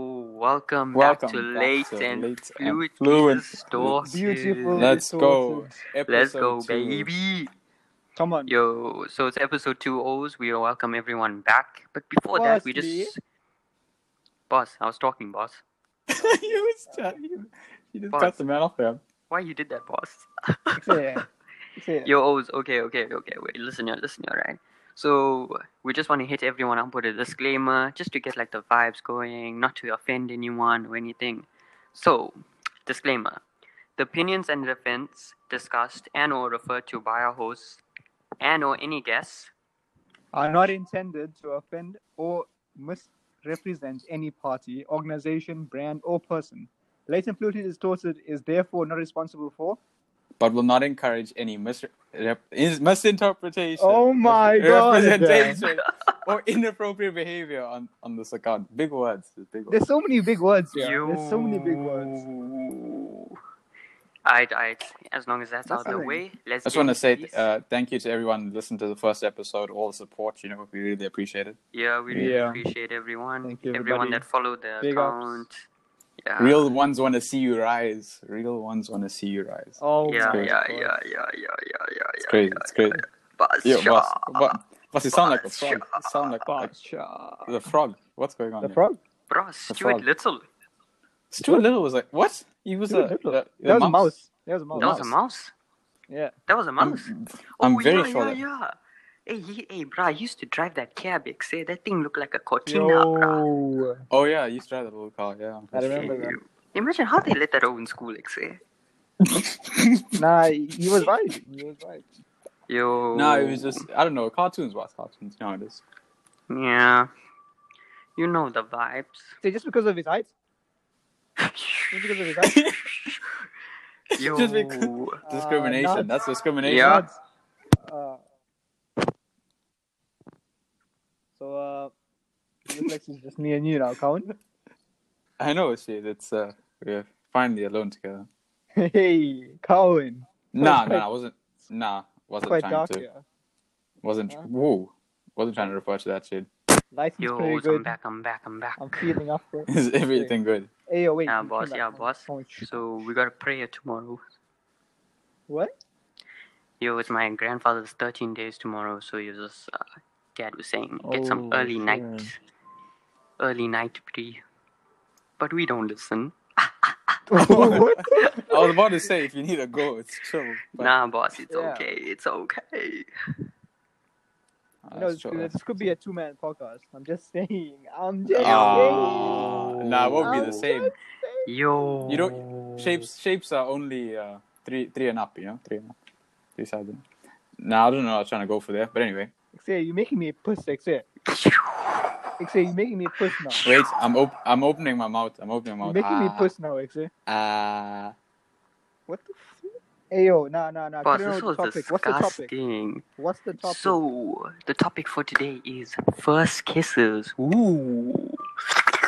Welcome, Welcome back to back Late to and Late and Fluid, Fluid. Distorted. Beautiful. Let's go. Let's Episode go, two. baby. Come on. Yo, so it's episode two O's. We welcome everyone back. But before that, we Firstly- just. Boss, I was talking, boss. you was trying- you- you just cut Pause. the man off there. Why you did that, boss? Fair. Fair. Yo, O's. Okay, okay, okay. Wait, listen here, listen here, right? So we just want to hit everyone up with a disclaimer, just to get like the vibes going, not to offend anyone or anything. So, disclaimer: the opinions and defense discussed and/or referred to by our hosts and/or any guests Are not intended to offend or misrepresent any party, organization, brand, or person. Latent Fluid Distorted is therefore not responsible for. But will not encourage any misre- rep- is- misinterpretation. Oh my God. Representation or inappropriate behavior on, on this account. Big words. Big words. There's so many big words. Yeah. you. There's so many big words. Alright, alright. As long as that's That's out of the fine. way, let's. I just get want to into say these. uh, thank you to everyone who listened to the first episode. All the support, you know, we really appreciate it. yeah, we really yeah. appreciate everyone, Thank you, everyone everybody. that followed the Big ups. account. Yeah. Real ones want to see you rise. Real ones want to see you rise. Oh yeah, my crazy. yeah, yeah, God. yeah, yeah, yeah, yeah. It's crazy. It's crazy. Buzz Yeah, Shaw. boss, boss, boss, you sound like a frog. You sound like like Gotcha. the frog. What's going on? The here? frog? Bro, frog. Stuart Little. Stuart Little was like, what? He was Stuart a, Little. a- a That was a mouse. That was a mouse. That was a mouse. Yeah. That was a I'm, mouse. I'm oh, very yeah, Yeah, sure. that- yeah. Hey, he, hey, bro, I used to drive that cab. Say eh? that thing looked like a Cortina, bro. Yo. Oh yeah, you used to have that little car. Yeah. I remember that. Imagine how they let that open school, like, say. Nah, he was right. He was right. Yo. No, it was just I don't know. Cartoons was cartoons nowadays. Yeah. You know the vibes. See, just because of his height? Just because of his height? Yo. Just because- Discrimination. nuts. That's discrimination. Yeah. Uh, Not, uh, so, uh, Reflex is just me and you now, Colin. I know. See, that's uh, we're finally alone together. hey, Colin. Nah, quite- nah, I wasn't. Nah, wasn't Quite trying dark to. here. Wasn't. Huh? Whoa. Wasn't trying to refer to that shit. Lighting's Yo, pretty I'm good. back, I'm back, I'm back. I'm feeling up for it. Is everything good? Hey, yo, wait. Yeah, you boss, came yeah, back. boss. Oh, sh- So we got a prayer tomorrow. What? Yo, it's my grandfather's 13 days tomorrow, so you just, uh, dad was saying, get some Oh, early sure. night, early night pre. But we don't listen. what? I was about to say, if you need a go, it's chill. but- nah, boss, it's Yeah. okay, it's okay. Ah, You know, that's this, chill, could- that's this could be chill. a two man podcast. I'm just saying. I'm just Ah, saying. nah, it won't be I'm the same. Yo. You don't- Shapes shapes are only uh, three three and up, you know, three and up, three sides. and up. Nah, I don't know. I was trying to go for there, but anyway, Xay, you're making me puss, Xay. Xay, you're making me puss now. wait. I'm op- I'm opening my mouth. I'm opening my You're mouth. making me Ah, puss now, Xay. ah. What the f- Hey, yo, nah, nah, nah. Boss, couldn't this know was the topic. What's the topic? disgusting. What's the topic? So, the topic for today is first kisses. Ooh.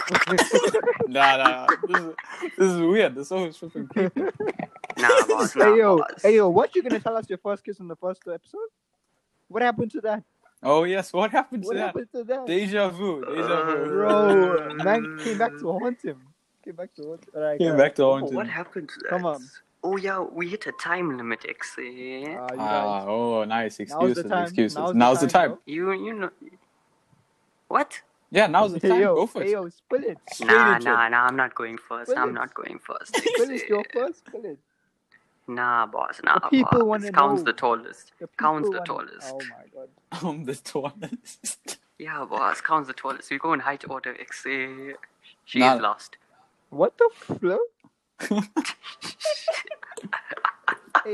Nah, nah. This is, this is weird. This is always flipping creepy. Nah, boss, nah, hey, yo, boss. hey, yo, what you gonna tell us your first kiss in the first episode? What happened to that? Oh yes, what happened to What that? happened to that? Deja vu. Deja vu. Bro, man came back to haunt him. Came back to haunt Alright, Came guys. back to Oh, haunted. what happened to that? Come on. Oh, yeah, we hit a time limit, Xe. Ah, you Ah, guys. oh, nice Now's the excuses, time. excuses. Now's Now's, the the time. time, bro. You you know what? Yeah, now's the Hey, time. yo, Go for hey, it. yo, spill it. Straight Nah into it. nah nah. I'm not going first. I'm Bullets. not going first. Spill it, your Xe. first. Spill it. Nah, boss. Nah, people boss. wanna Counts know. the tallest. The Counts people the wanna- tallest. Oh my god. I'm the tallest. Yeah, boss. Counts the tallest. We go in height order. Xe. She Nah. is lost. What the flip? hey,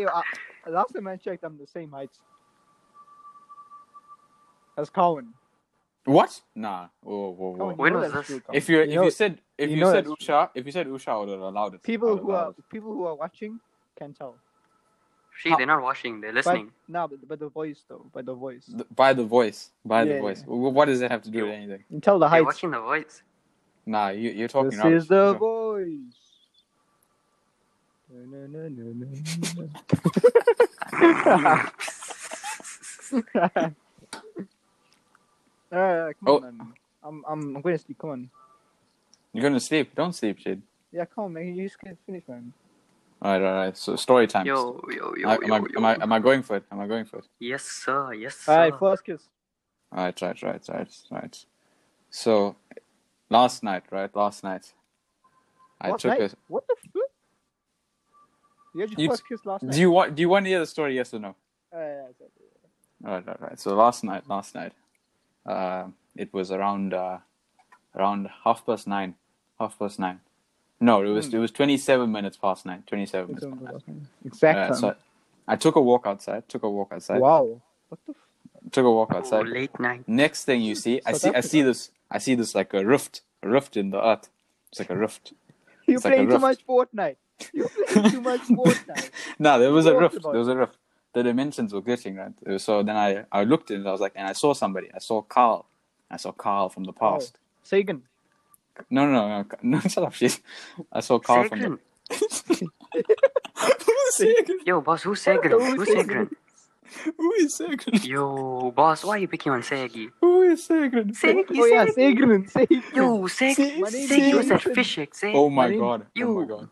yo, I, last time I checked, I'm the same height as Colin. what? Nah. Whoa, whoa, whoa. Colin, you When know was that's this? true, Colin. If you, You if know- you said if you you, know said that's- Usha if you said Usha I would have allowed it. I people would have who allowed are it. people who are watching can tell. She. They're not watching. They're But listening. no, but, but the voice though, by the voice, Th- by the voice by Yeah, the voice. W- What does it have to do with anything? you tell the They're height. watching the voice. Nah, you you're talking. This rubbish. is the Sure. voice. No, no, no, no, no, no. Alright, come Oh. on, man. I'm, I'm, I'm gonna sleep. Come on. You're gonna sleep. Don't sleep, Jade. Yeah, come on, man. You just can't finish, man. All right, all right. So story time. Yo, yo, yo, I- yo, am, I, yo. am I am I going for it? Am I going for it? Yes, sir. Yes, sir. All right, first kiss. All right, right, right, right, right. So, last night, right? Last night, I what, took night? What the fuck? You had your You- first kiss last a. night. Do you want Do you want to hear the story? Yes or no? Uh, yeah, yeah, yeah. Right, right, right. So last night, last night, uh, it was around uh, around half past nine, half past nine. No, it Hmm. was it was twenty seven minutes past nine. Twenty seven minutes. Past nine. Exact Uh, time. so I took a walk outside. Took a walk outside. wow. What the f- Took a walk Oh, outside. late night. Next thing you see, I South see I Africa. see this I see this like a rift, a rift in the earth. It's like a rift. You're It's like a playing too rift. much Fortnite. You're playing too much Fortnite. No, there was a What rift. about There was a rift. The dimensions were glitching, right? So then I, I looked and I was like, and I saw somebody. I saw Carl. I saw Carl from the past. Sagan. No, no, no, no, no shut up, shit. I saw Carl Segrin. from the. Yo, boss, who's I don't know Segrin? Who's who's Segrin? Who is Segrin? Yo, boss, why are you picking on Segi? Who is Segrin? Segi, oh yeah, Segi. Sagan. Sagan. Yo, Seg, Se- Segi Segrin. was that fish egg. Seg, Oh my Marin, god. Oh my you. god.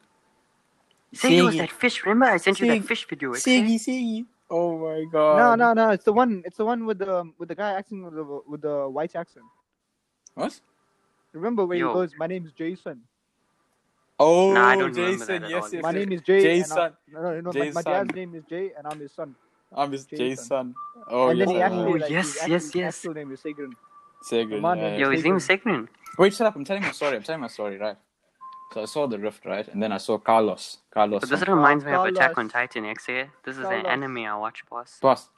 Segi was Segi. that fish. Remember, I sent you that Seg- fish video. Egg, Seggy, Seggy. Oh my god. No, no, no. It's the one. It's the one with the um, with the guy acting with the with the white accent. What? Remember where Yo. he goes? My name is Jason. Oh, Nah, I don't remember Jason. that at yes, all. yes, My yes. name is Jay. Jason. And I'm, no, no, no. My, my Jason. dad's name is Jay, and I'm his son. I'm his Jason. Jason. Oh, and yes, then he I actually know. like yes, his actual, yes, yes. actual name is Sagan. Segrin, Come on, yeah, man. yeah. Yo, his name is Segrin. Wait, shut up. I'm telling my story. I'm telling my story, right? So I saw the rift, right? And then I saw Carlos. Carlos. But this from- reminds me of Attack Carlos. on Titan, X. eh? This is an Carlos. anime I watch, boss. Boss,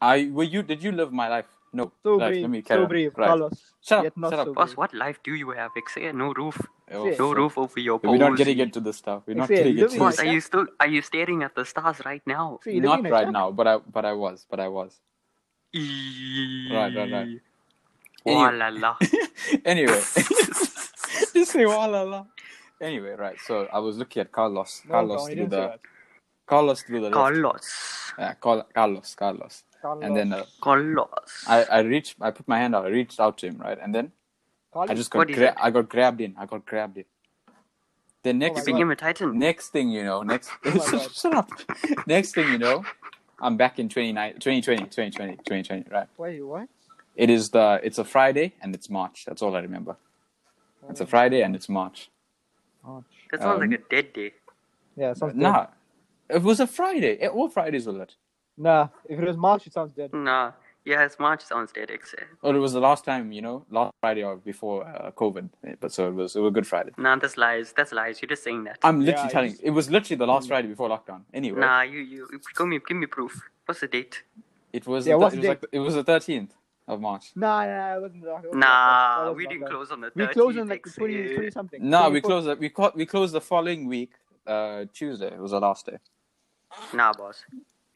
I were you? Did you live my life? No. So Right, brave, let me carry so on. brave, Right. Carlos. Shut up, Yet not shut up. so Boss, brave. what life do you have, X? eh? No roof. Oh, Yeah. so- No roof over your We're balls. not getting into this stuff. We're not Exactly. getting into this. Living Boss, Jack. are you still are you staring at the stars right now? See, living Not in a right shack. now, but I, but I was, but I was. Right, right, right. Oh Anyway. la la. anyway, just say "Wa la la." Anyway, right. So I was looking at Carlos. No, Carlos no, he through didn't say the that. Carlos through the rift. Carlos. Yeah, Carl, Carlos, Carlos. Carlos. And then uh, Carlos. I, I reached, I put my hand out, I reached out to him, right? And then Carlos. I just What got, is gra- it? I got grabbed in, I got grabbed in. Then next Oh my Oh thing, Became a Titan. next thing you know, next, my God. shut up. Next thing you know, I'm back in 29, 2020, 2020, 2020, right? Wait, what? It is the, it's a Friday and it's March. That's all I remember. It's a Friday and it's March. Oh, That sounds um, like a dead day. yeah, sounds dead. Nah, it was a Friday. It, what Fridays were it? Nah, if it was March, it sounds dead. Nah. Yeah, it's March sounds dead, X. eh? Well, it was the last time, you know, last Friday or before uh, COVID. But so it was, it was Good Friday. Nah, that's lies. That's lies. You're just saying that. I'm Yeah, literally I telling you. just- Mm. It was literally the last Friday before lockdown. Anyway, Nah, you you give me give me proof. What's the date? it was Yeah, the- what's it was the like it was the 13th of March. Nah, nah, it wasn't. That wasn't that Nah, was we not didn't that. close on the 30th. We closed on like X, eh? 20, 20 something. No, we 24 closed. The, we caught, we closed the following week, uh, Tuesday. It was the last day. Nah, boss.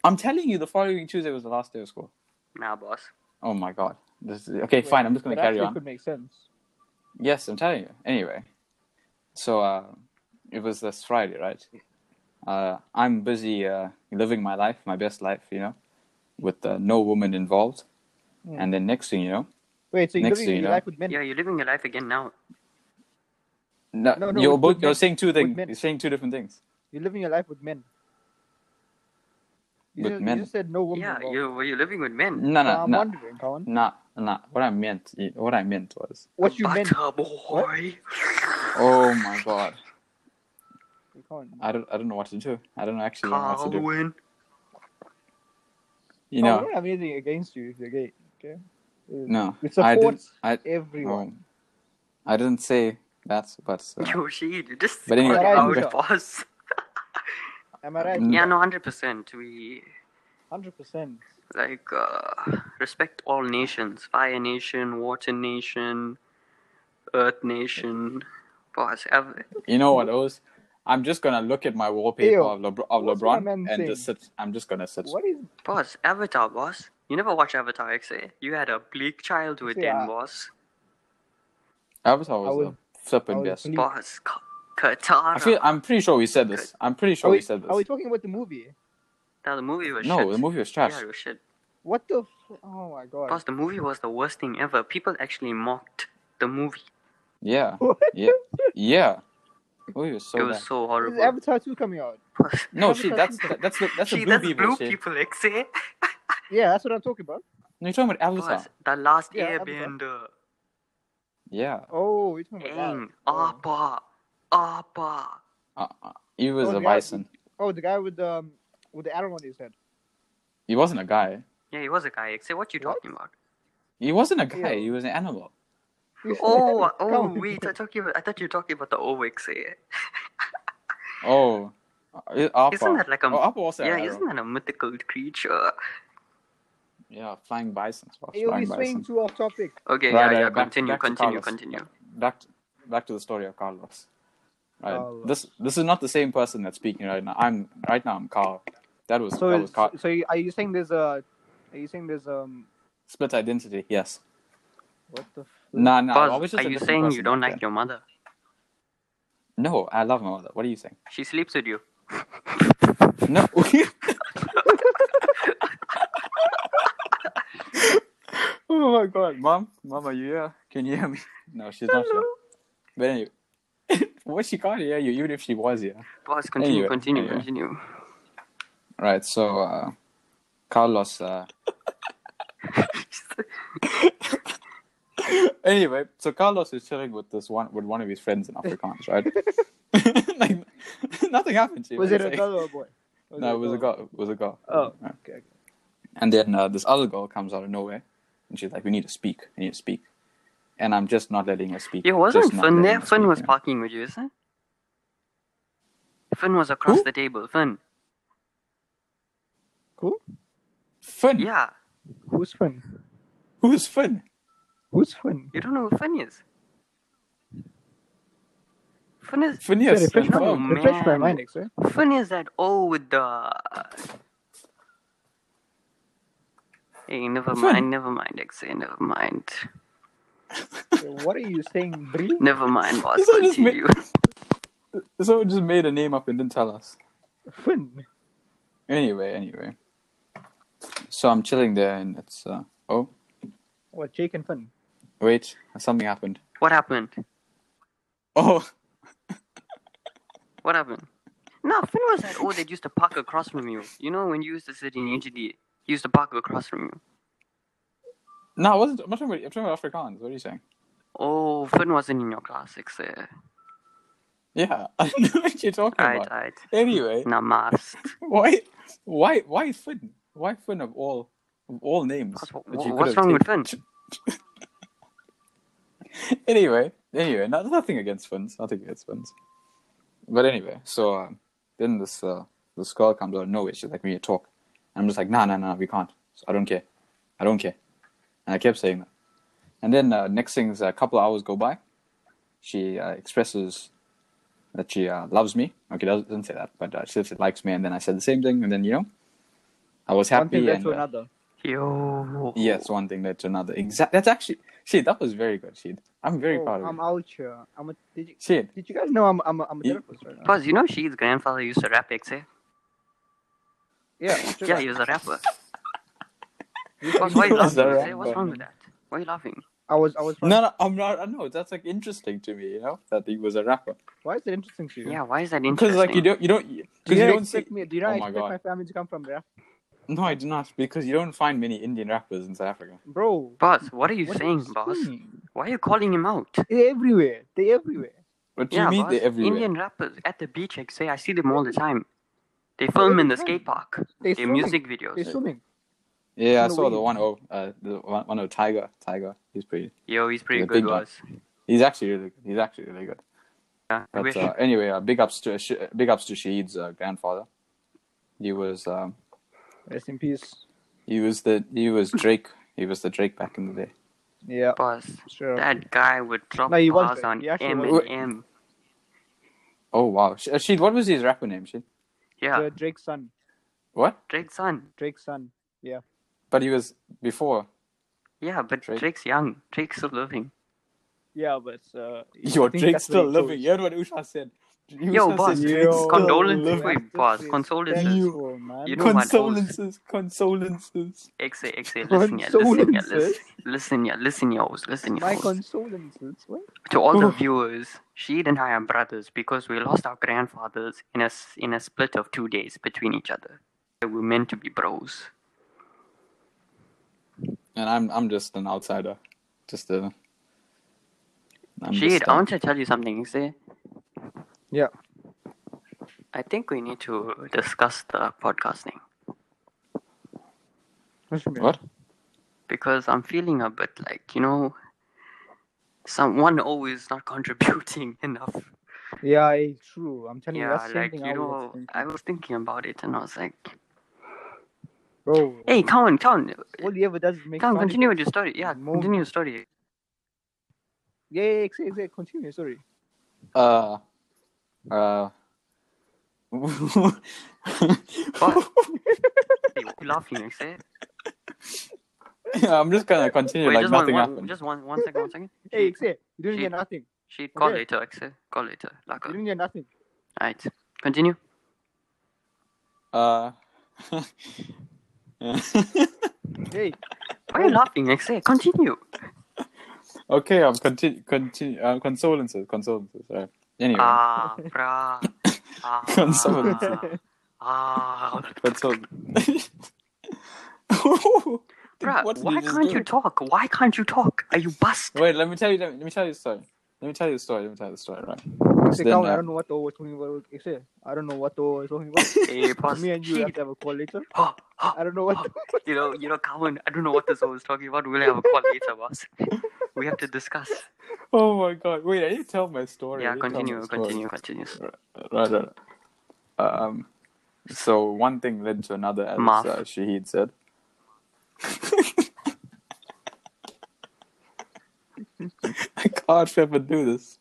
I'm telling you, the following Tuesday was the last day of school. Nah, boss. Oh my god. This is, okay, fine. I'm just gonna That carry actually on. could make sense. Yes, I'm telling you. Anyway, so uh, it was this Friday, right? Uh, I'm busy uh, living my life, my best life, you know, with uh, no woman involved. Mm. And then next thing you know, Wait, so you're Next living thing you your know- life with men? Yeah, you're living your life again now. No, No, no, you're with- both with you're men. saying two things. men. You're saying two different things. You're living your life with men. You With just, men. You just said no woman. Yeah, involved. you you're living with men. No, So no, I'm no, wondering, Colin, no, no. What I meant, what I meant was, what you meant. Butter boy. oh my god, Colin. I don't, I don't know what to do. I don't actually know what to do. Colin. You No, Oh, we know, don't have anything against you if you're gay. Okay. no. We I support didn't, I, everyone. oh, I didn't say that, but uh, Yo, she you just But anyway, called I'm out, boss. Am I right? Mm. Yeah, no, hundred percent. We Hundred percent. like uh, respect all nations fire nation water nation earth nation boss ev- you know what else? I'm just gonna look at my wallpaper Ew. of, Lebr- of What's my LeBron man and saying? just sit. I'm just gonna sit. What is? boss avatar boss you never watched avatar X, eh? you had a bleak childhood See, then I- boss Avatar I was, was- a flipping I was best. bleep- boss Ka- katara I feel. I'm pretty sure we said this. I'm pretty sure are, we, we, said this. are we talking about the movie? now the movie was no, shit. the movie was trash. yeah, it was shit. What the? F- oh my god. boss the movie was the worst thing ever people actually mocked the movie Yeah. What? Yeah. Yeah. Oh, you're so it bad. was so Is horrible. Avatar 2 coming out? No, Avatar she. That's that- that's the that's the See, blue that's people. blue shit. people, Xe. Yeah, that's what I'm talking about. No, you're talking about Avatar. Was the last Yeah, Avatar. airbender. Yeah. Oh, you're talking about that. Dang. Appa. Appa. Uh, uh, he was Oh, a yeah. bison. Oh, the guy with the, um, with the arrow on his head. He wasn't a guy. Yeah, he was a guy. Xe, what you What? talking about? He wasn't a guy. Yeah. He was an animal. Oh, oh, on. wait. I talking about, I thought you were talking about the Owexe. Oh. Uh, Appa. Isn't that like a Oh, Appa also yeah? an Isn't arrow. that a mythical creature? Yeah, flying bison. Hey, we Flying swing bison. to off topic. Okay, Right, yeah, uh, yeah. back- Continue, back to continue, Carlos. continue. back to, back to the story of Carlos. Right. Carlos. This this is not the same person that's speaking right now. I'm right now. I'm Carl. That was that So, was Carl. so are you saying there's a, are you saying there's um, split identity. Yes. what the? F- Nah, nah. I Buzz, was just are you a different saying you person don't back like your mother? then. No, I love my mother. What are you saying? She sleeps with you. No. oh my god, mom, mom, are you here? Can you hear me? No, she's not here. But anyway, well, she can't hear you, even if she was here. Buzz, continue, Anyway, continue, anyway. continue. Right. So, uh, Carlos. Uh, anyway, so Carlos is chilling with this one with one of his friends in Afrikaans, right? like nothing happened to him. was it It's a like- girl or a boy? Was No, it was a girl. It was a girl. Oh, okay. okay. And then uh, this other girl comes out of nowhere, and she's like, "We need to speak. We need to speak." And I'm just not letting her speak. Yeah, wasn't Just not Finn letting there? her Finn speak, was yeah. parking with you, isn't? Finn was across Who? the table. Finn. Cool. Finn. Yeah, Who's fun? Who's Finn? Who's fun? you don't know who Finn is. Finn is Finn yes. refresh, my, Oh, confirmed. refresh my man. mind, sir. Finn is that O with the. Hey, never Finn. mind, never mind, Xe, never mind. what are you saying, Brie? Never mind, boss, This one just made- continue. So it just made a name up and didn't tell us. Fun. Anyway, anyway. So I'm chilling there, and it's uh, oh What Jake and Fun? wait, something happened. What happened? Oh, What happened? No, Finn was that oh that used to park across from you. You know when you used to sit in AGD, he used to park across from you. no, I wasn't. I'm not talking about. I'm talking about Afrikaans. What are you saying? Oh, Finn wasn't in your eh? classics there. Yeah, I don't know what you're talking Right, about. right. Anyway, Namast. why, why, why Finn? Why Finn of all, of all names? What's- that you what's could have wrong with taken? anyway, anyway, no, nothing against Finns, nothing against Finns. But anyway, so um, then this uh, this girl comes out of nowhere. She's like, "We need to talk." And I'm just like, "Nah, nah, nah, we can't. So I don't care, I don't care." And I kept saying that. And then uh, next things, a couple of hours go by. She uh, expresses that she uh, loves me. Okay, doesn't doesn't say that, but uh, she says she likes me. And then I said the same thing. And then you know, I was One happy. thing led and, to uh, another. Yo. Yes, one thing led to another. Exact. That's actually. Shit, that was very good. Shit, I'm very Oh, proud of I'm you. out here. I'm a, did you Shit. did you guys know I'm I'm a, I'm a You- therapist right now? Plus, you know Sheed's grandfather used to rap Xe. Yeah. sure. Yeah, he was a rapper. You- Plus, why are you He was laughing, a Xe? What's rapper. wrong with that? Why are you laughing? I was I was. No, no, I'm not. I know that's like interesting to me. You know that he was a rapper Why is it interesting to you? Yeah, why is that because interesting? like you don't, you don't, Do because you, you not don't see. expect me? Do you not Oh my expect God. my, family to come from there, No, I do not because you don't find many Indian rappers in South Africa. bro? Boss, what are you what are saying, you boss? saying? Why are you calling him out? They're everywhere. They're everywhere. But yeah, you meet boss. they everywhere. Indian rappers at the beach, Xe. I see them all the time. They film in the skate park. Their They're swimming. music They're videos. swimming. Yeah, I No saw way. the one oh, uh, the one, one of Tiger. Tiger, he's pretty. Yo, he's pretty The good, big one. boss. He's actually really. Good. He's actually really good. Yeah, I But wish. uh, anyway, uh, big ups to Sh- big ups to Shahid's uh, grandfather. He was um, Rest in peace. he was the he was Drake. He was the Drake back in the day. Yeah. boss, Sure. that guy would drop No, he was bars good. on He actually M was and good. M. Oh wow, Sh- uh, Shahid, what was his rapper name? Shahid? Yeah, The Drake's son. What? Drake's son. Drake's son. But he was before. Yeah, but Drake. Drake's young. Drake's still living. Yeah, but uh, I Your Drake's think that's where still it goes. living. You heard what Usha said. You Yo, still boss, said Yo. thanks. condolences. Love Wait, it. boss, condolences. Thank You- you, man. you know what? Consolences, consolences. Exe, exe, listen, yeah, listen, yeah, listen, Condolences? listen, yeah, listen, yours, listen, My yours. condolences. What? to all the Oof. viewers, Sheed and I are brothers because we lost our grandfathers in a s- in a split of two days between each other. We were meant to be bros. And I'm I'm just an outsider, just a. I'm Sheed, just, I uh, want to tell you something. Exe. Yeah. I think we need to discuss the podcasting What? you mean? What? because I'm feeling a bit like you know, someone always not contributing enough. Yeah, I- true. I'm telling you, Yeah, that's like something you I was know, thinking. I was thinking about it and I was like, Bro, "Hey, Town, Town, all he ever does is make Town, sound continue with effects. your story. Yeah, Move. continue your story. Yeah, yeah, yeah, exa- exa- continue. Sorry. Uh, uh. What? Hey, what you laughing, Exe? I'm just gonna continue Wait, like just nothing one, one, happened. just one, one second, one second. Hey, She, Xe, you didn't get Shit. nothing. she call Okay. later, Exe. Call later, You Laka. didn't get nothing. Alright, continue. Uh. Hey, Why are you laughing, Exe? Continue. okay, I'm continue continue uh, consolences consolences. Right. Anyway, Ah, brah. Ah, Consolences. Ah, consol- bruh, What did why you just can't do? you talk? Why can't you talk? Are you bust? Wait, let me tell you. Let me, let me tell you a story. Let me tell you a story. Let me tell you a story. Right. Xe, Then, come, I uh, don't know what the was talking about. Xe, I don't know what the was talking about. Hey, boss. Me and you have Shit. to have a call later. Oh, oh, I don't know what. you know, you know, Kawan, I don't know what this was talking about. We'll have a call later, boss. We have to discuss. Oh my god! Wait, I didn't tell my story. I Yeah, didn't tell my continue, story. continue, continue. Right, right. right. Um, so one thing led to another, as Math. uh, Shahid said. I can't ever do this.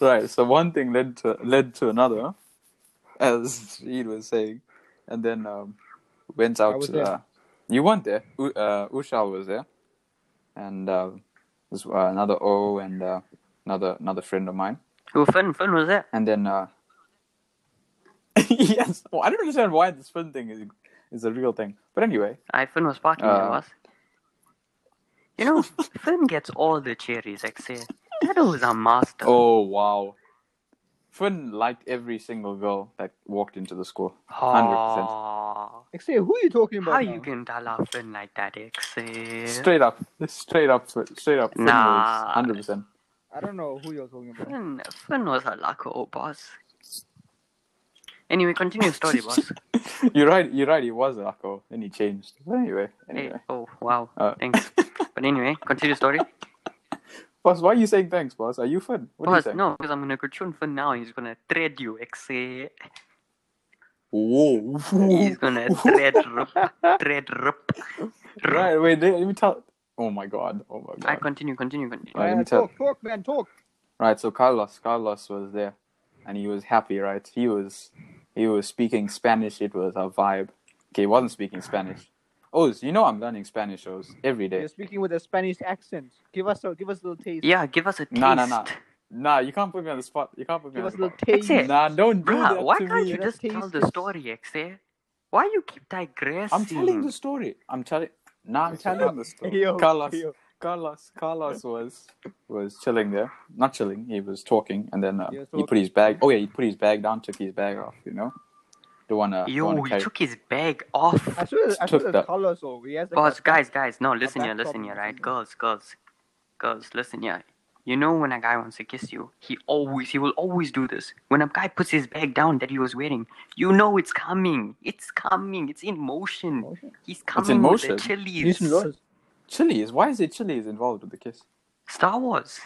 Right. So one thing led to led to another, as Shahid was saying, and then um, went out was to there. the. You weren't there. U- uh, Usha was there, and uh, there's uh, another O and uh, another another friend of mine. Who Oh, Finn? Finn was there. And then, uh, yes, well, I don't understand why this fun thing is is a real thing. But anyway, I Finn was parking there, Uh. boss. You know, Finn gets all the cherries, Exe. That was a master. oh wow, Finn liked every single girl that walked into the school. 100%. Aw. Xe, who are you talking about? How now? you can tell off Finn like that, Exe? Straight up, straight up, straight up. Finn Nah. hundred percent. I don't know who you're talking about. Finn, Finn was a lacko, boss. Anyway, continue your story, boss. You're right. You're right. He was an alcohol, and he changed. But anyway, Hey, anyway. oh, wow. Uh. Thanks. But anyway, continue story. Boss, why are you saying thanks, boss? Are you Finn? What boss, do you say? no, because I'm going to go tune Finn now. He's going to thread you, Exe. Whoa. He's going to thread rip. Thread rip. right. Wait. Let let me tell. Oh my god. Oh my god. I continue, continue, continue. Right, let Uh, me tell- talk, talk, man, talk. Right, so Carlos, Carlos was there, and he was happy. Right, he was, he was speaking Spanish. It was a vibe. Okay, he wasn't speaking Spanish. Oz, you know I'm learning Spanish, Oz, every day. You're speaking with a Spanish accent. Give us a, give us a little taste. Yeah, give us a taste. Nah, nah, nah. Nah, you can't put me on the spot. You can't put me Give on us the a little spot. taste. That's it. Nah, don't do Bruh, that why to can't me. you Let us just tell taste the this. story, Exe? Why you keep digressing? I'm telling the story. I'm telling. Nah, I'm telling the story. Yo, Carlos, yo. Carlos, Carlos was was chilling there. Not chilling. He was talking, and then uh, He was he put talking. his bag. Oh yeah, he put his bag down, took his bag off. You know, don't wanna. don't Yo, wanna he carry- took his bag off. I should, I Took should have that. colors or he has like Boss, a- guys, guys, no, listen back here, listen problem here, or right? something. Girls, girls, girls, listen here. You know when a guy wants to kiss you, he always, he will always do this. When a guy puts his bag down that he was wearing, you know it's coming. It's coming. It's in motion. Motion? He's in coming motion. with the chilies. Use some laws. Chili's. Why is it Chili's involved with the kiss? Star Wars.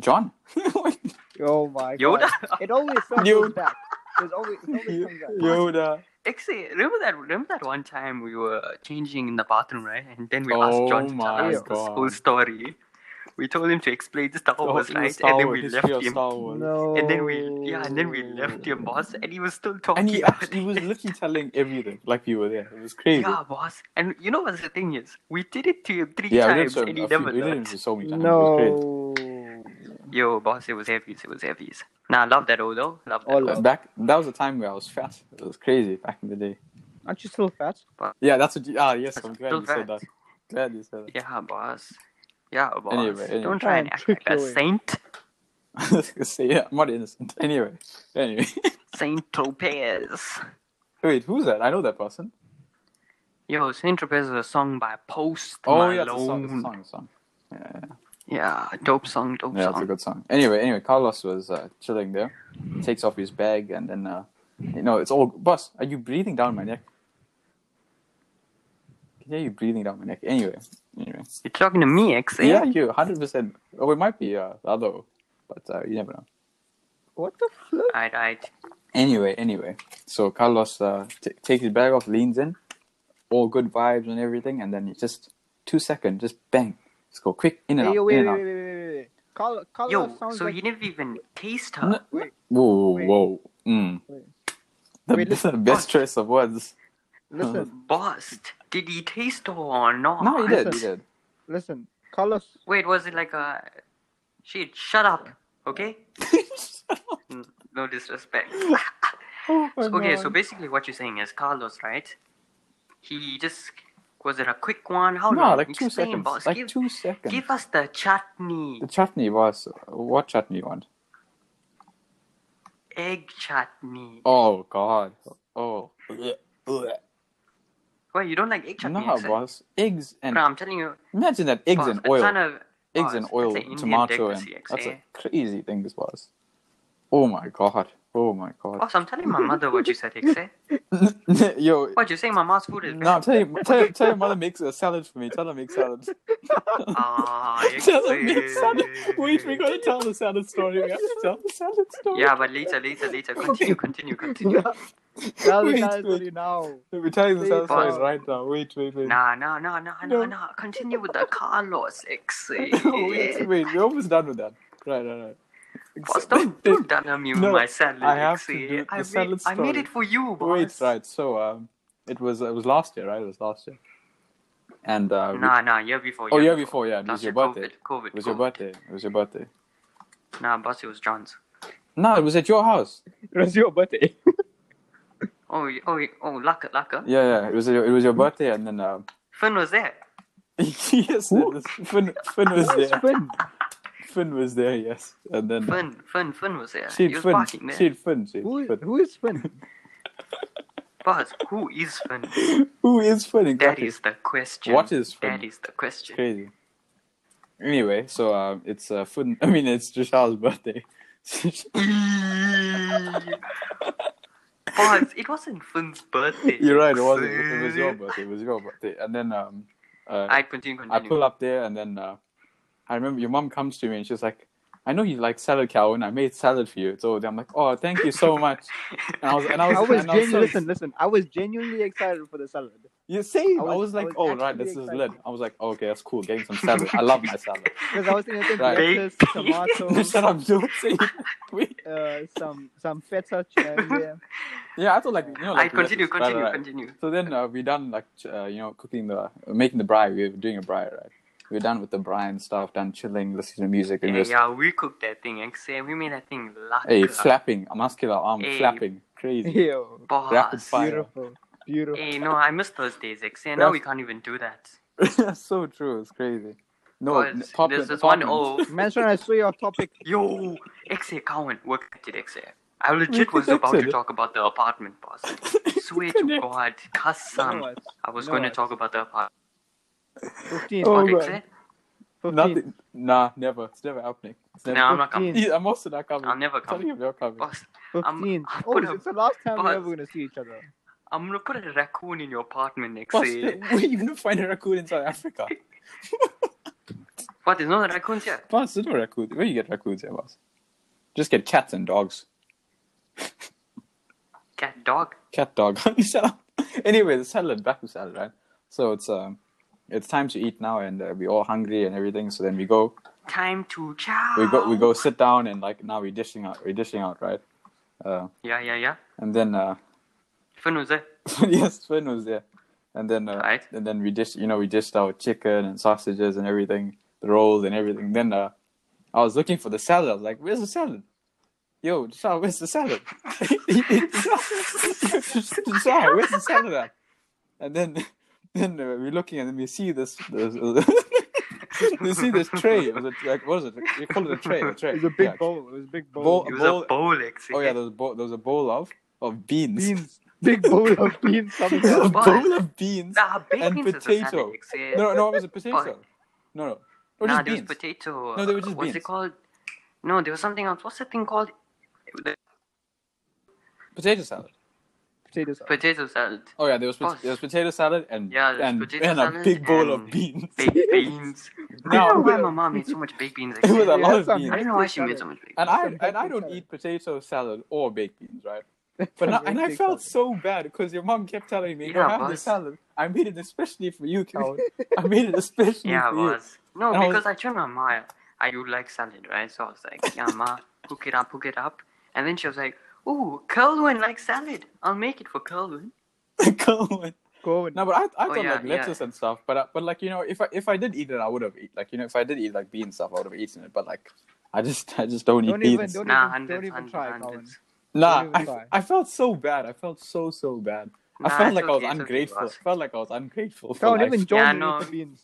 John. Oh my Yoda? god. It always Yoda. comes back. There's always, it always comes back. Yoda. Actually, remember that remember that one time we were changing in the bathroom, right? And then we Oh asked John to tell my us this God. whole story. We told him to explain the Star Wars, Oh, right? Star and then Wars, we history left of him. Star Wars. No. And then we yeah, and then we left him, boss, and he was still talking. Oh. And he about actually it. was literally telling everything like you were there. It was crazy. Yeah, boss. And you know what's the thing is? We did it to him three Yeah, we did times so and he a few, never we did him learned. so many times. It was crazy. No. Yo, boss, it was heavies. It was heavies. Nah, I love that O though. Love that. O. All of- Uh, Back that was a time where I was fat. It was crazy back in the day. Aren't you still fat? Yeah, that's what. You, ah, yes, I'm glad Still you fat. said that. Glad you said Yeah, boss. Yeah, boss. Anyway, anyway. Don't try and Try and act like trick a your way. saint. that. so, yeah, I'm not innocent. Anyway, anyway. Saint Tropez. Wait, who's that? I know that person. Yo, Saint Tropez is a song by Post Oh Malone. yeah, it's a song. It's a song. It's a song. Yeah, yeah, Yeah, dope song, dope yeah, it's a song. good song. Anyway, anyway, Carlos was uh, chilling there. takes off his bag and then, uh, you know, it's all. Boss, are you breathing down my neck? I can hear you breathing down my neck. Anyway, anyway. You're talking to me, X? eh? Yeah, you, hundred percent. Oh, it might be uh, the other, one, but uh, you never know. What the flip? Alright, alright. Anyway, anyway, so Carlos uh, t- takes his bag off, leans in, all good vibes and everything, and then it's just two seconds, just bang, just go quick in and Hey, out, yo, wait, in wait, and out. wait, wait, wait, wait, wait. Carl, Carlos Yo, sounds so like. you didn't even taste her. No, Wait. whoa, Wait. whoa, mm. Wait. The, Wait, the best choice of words. Listen, Boss, did he taste her or not? No, he did, he listen. did. listen, Carlos. Wait, was it like a. Shit, shut up, okay? N- no disrespect. Oh my okay, so God. basically what you're saying is Carlos, right? He just. Was it a quick one? How No, long? like Oh, two Explain, seconds, boss. like give, two seconds. give us the chutney. The chutney was what chutney you want? Egg chutney. Oh God, oh. Blech, blech. Wait, you don't like egg chutney? No, Axel? boss. Eggs and No, I'm telling you. imagine that eggs boss, and a oil, ton of- eggs oh, and it's- oil, it's an Indian tomato, and delicacy, that's XA. a crazy thing. This was. Oh my god. Oh my god. Boss, I'm telling my mother what you said, Ixay. Yo. Oh. What, you're saying my mom's food is No, tell you, tell, tell your mother makes a salad for me. Tell her make salad. Ah, tell her make Ixay. salad. Wait, we gotta tell the salad story. We have to tell the salad story. Yeah, but later, later, later. Continue, continue, continue. Tell the Wait, guys wait. really now. We're telling the salad Please. stories right now. Wait, wait, wait. Nah, nah, nah, nah, No. nah, nah. Continue with the Carlos, wait, Ixay. wait. We're almost done with that. Right, right, right. Boss, don't, don't done me with No, my salad, I have to Ixay. do the I, made, salad I made story. it for you, Wait, boss. right. So, um, it was it was last year, right? It was last year. And uh, we- Nah, nah, year before. oh, year before, yeah. It was Last your year, birthday. COVID, COVID. It was your COVID. birthday. It was your birthday. Nah, boss, it was John's. No, it was at your house. It was your birthday. Oh, y- oh, y- oh, Laka, Laka. Yeah, yeah. It was your, it was your birthday, and then um, Finn was there. yes, it was, Finn, Finn was there. Finn. Finn was there. Yes, and then Finn, Finn, Finn was there. she he was Finn, parking there. she Finn, she Who, Finn. who is Finn? Boss, who is Finn? Who is Finn? That Exactly. is the question. What is Finn? That is the question. crazy. Anyway, so um, it's uh, Finn. I mean, it's Trisha's birthday. Boss, it wasn't Finn's birthday. You're right. It was it was your birthday. It was your birthday, and then um, uh, I continue, I continue. pull up there, and then uh, I remember your mom comes to me and she's like, "I know you like salad, Calvin. I made salad for you." So I'm like, "Oh, thank you so much." And I was, and I was, I was and I was genuinely so- listen, listen. I was genuinely excited for the salad. you same. I I was, was- like, I was "Oh, right, actually this is excited. lit." I was like, "Okay, that's cool. Getting some salad. I love my salad." Because I was thinking, I think Right. lettuce, Baked tomatoes, Shut up, don't say. That. Wait. uh, some some feta. ch- Uh, yeah. Yeah, I thought like you know. I Like, continue, lettuce. Right, continue, right, right. continue. So then uh, we done like ch- uh, you know cooking the making the braai. We were doing a braai, right? We were done with the braai and stuff. Done chilling, listening to music, and Yeah, just yeah, we cooked that thing, XA. We made that thing Laka. hey flapping, a muscular arm Hey. flapping, crazy. Ew. rapid Boss. fire. Beautiful. Beautiful. Hey, no, I miss those days, XA. Now we can't even do that. That's so true. It's crazy. No, Boss, n- pop there's in- this pop one in. O. Mention I saw your topic. Yo, XA Cowan, we're connected, XA. I legit was about to connected. talk about the apartment, boss. Swear to Connect. God, No, custom. it's I was No, going to it's- talk about the apartment, Fifteen. Oh, XA. man. 15. Nothing. Nah, never. It's never happening. It's never. No, I'm not coming. Yeah, I'm also not coming. I'll never I'm telling come. Oh, you, you're coming. Boss, 15. I'm- I'm oh, gonna- it's the last time Boss. we're ever going to see each other. I'm gonna put a raccoon in your apartment, Boss, XA. where you gonna find a raccoon in South Africa? What, there's no raccoons here? Boss, there's no raccoon. Where you get raccoons here, boss? Just get cats and dogs. Cat, dog. cat dog. Shut up. Anyway, the salad, back to salad, right? So it's um, it's time to eat now, and uh, we're all hungry and everything. So then we go, Time to chow. we go, we go sit down, and like now we're dishing out, we're dishing out, right? Uh, Yeah, yeah, yeah. and then uh, Finn was there. yes, Finn was there, and then uh, Right. and then we dish, you know, we dished out chicken and sausages and everything, the rolls and everything. Then uh, I was looking for the salad. I was like, "Where's the salad? Yo, Deshaun, where's the salad? Deshaun, where's the salad at?" And then, then uh, we're looking and then we see this. this we see this tray. It was a, like what is it? You call it a tray? A tray. It was a big Yeah. bowl. It was a big bowl. Bowl- of It was bowl- a bowl, actually. Oh yeah, there was, a bowl, there was a bowl of of beans. Beans. Big bowl of beans coming a out. What? bowl of beans. Nah, Ah, baked And beans is a salad, potato. actually. No, no, it was a potato. No, no, or nah, just there was beans. potato. No, they were uh, just What's beans. it called? No, there was something else. What's the thing called? The Potato salad. Potatoes. potato salad. Oh yeah, there was, pot- Boss. there was potato salad and Yeah, there's and, potato and a salad big bowl of and beans. Baked beans. I No. don't know why my mom made so much baked beans. It was a actually. lot of that's beans. I don't know why she Salad. made so much baked beans. And I Some and I baked don't salad. eat potato salad or baked beans, right? But I, and I felt so bad because your mom kept telling me, "Don't Yeah, have the boss. salad." I made it especially for you, Coward. I made it especially Yeah, it for you. was. No, And I was- because I told my mom I do like salad, right? So I was like, yeah, ma, cook it up, cook it up. And then she was like, ooh, Kerwin likes salad. I'll make it for Kerwin. Coward. Go and No, but I, I Oh, thought yeah, like yeah. lettuce and stuff. But I, but like you know, if I if I did eat it, I would have eat like you know if I did eat like beans stuff, I would have eaten it. But like, I just I just don't, Don't eat even, beans. don't, Nah, even, don't hundreds, even hundreds, try, Colin. hundreds. nah, even I, try. I felt so bad. I felt so so bad. Nah, I felt it's like I was okay, it's okay, ungrateful. boss. I felt like I was ungrateful. For Colin, life. even Jordan no. ate the beans.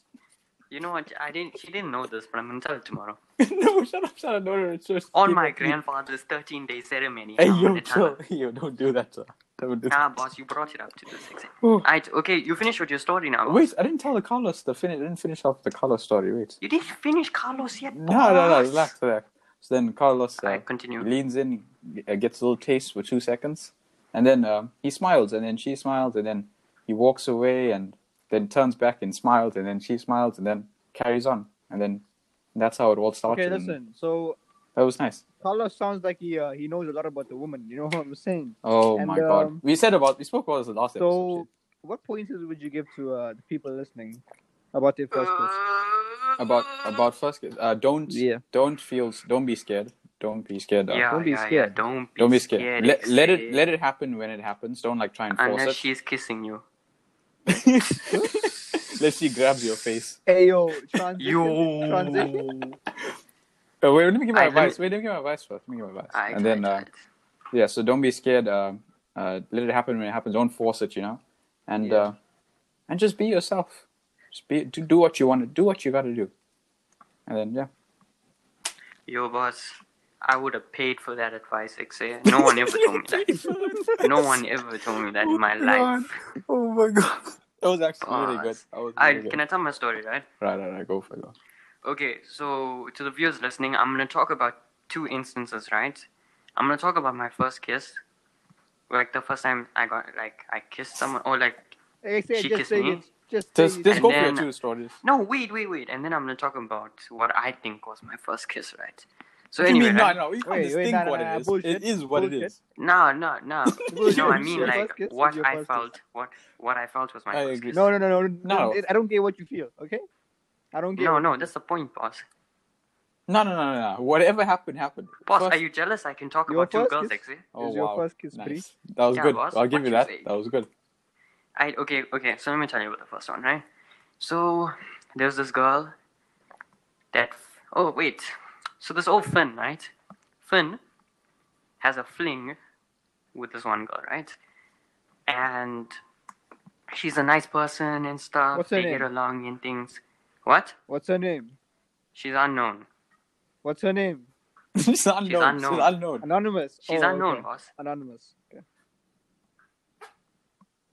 You know what? I didn't. She didn't know this, but I'm gonna tell her tomorrow. no, shut up, shut up. No, no, no, it's just On keep my it- grandfather's 13 day ceremony. Hey, I'm yo, gonna tell her. chill. Yo, don't do that, sir. Don't do Nah, boss, you brought it up to this extent. Oh. I okay, you finish with your story now. that. boss. Wait, I didn't tell the Carlos the finish. I didn't finish off the Carlos story. Wait. You didn't finish Carlos yet. No, no, no. boss. Relax, relax. So then Carlos uh, Alright, continue. leans in, uh, gets a little taste for two seconds, and then um he smiles, and then she smiles, and then he walks away, and then turns back and smiles, and then she smiles, and then carries on, and then that's how it all started. Okay, and listen. So That was nice. Carlos sounds like he uh, he knows a lot about the woman. You know what I'm saying? Oh And, my god. um, We said about we spoke about this the last So, episode. what pointers would you give to uh, the people listening about their first kiss? Uh, about about first kiss. Uh, don't Yeah. don't feel don't be scared. Don't be scared. uh, Yeah, Don't be yeah, yeah, scared. Don't be, Don't be scared. let, let it Ixi. let it happen when it happens. Don't like try and force Unless it. she's kissing you. Unless she grabs your face. Ayo, transition. Yo. transition. Oh, wait, let me give my Alright, let me- advice. Wait, let me give my advice first. Let me give my advice. I and then uh, yeah, so don't be scared. Uh, uh, let it happen when it happens. Don't force it. You know, and Yeah. uh, and just be yourself. Just be do, do what you want to do. What you got to do. And then yeah. Yo, boss, I would have paid for that advice, Ixia. No one ever told me that. No one ever told me that in my life. Oh my god. That was actually really good. Boss. That was I really good. can I tell my story, right? Right, right, right. Go for it. Go. Okay, so to the viewers listening, I'm gonna talk about two instances, right? I'm gonna talk about my first kiss, like the first time I got like I kissed someone, or like Hey, say, She just kissed say me? it. Just say Just, it. just And go for your then- two stories. no, wait, wait, wait, and then I'm gonna talk about what I think was my first kiss, right? So What do you anyway, mean? right? No, no, you can't Wait, just wait, think no, no, what no, it is. bullshit, It is what it bullshit. is. No, no, no. Well, No, your- I mean your like first kiss what is your I first felt. What what I felt was my I first agree. kiss. No, no, no, no, No. no. I don't care what you feel. Okay, I don't care. no, no. That's the point, boss. No, no, no, no, no. Whatever happened, happened. Boss, First- are you jealous? I can talk Your about two first girls, kiss? actually. Oh, Is your wow. first kiss free? nice. That was Yeah, good. boss, I'll give what you you that. say? That was good. I okay, okay. So let me tell you about the first one, right? So there's this girl that. Oh wait. So this old Finn, right? Finn has a fling with this one girl, right? And she's a nice person and stuff. What's her they name? get along and things. What? What's her name? She's unknown. What's her name? She's unknown. She's unknown. unknown. Anonymous. She's Oh, unknown, okay. boss. Anonymous. Okay.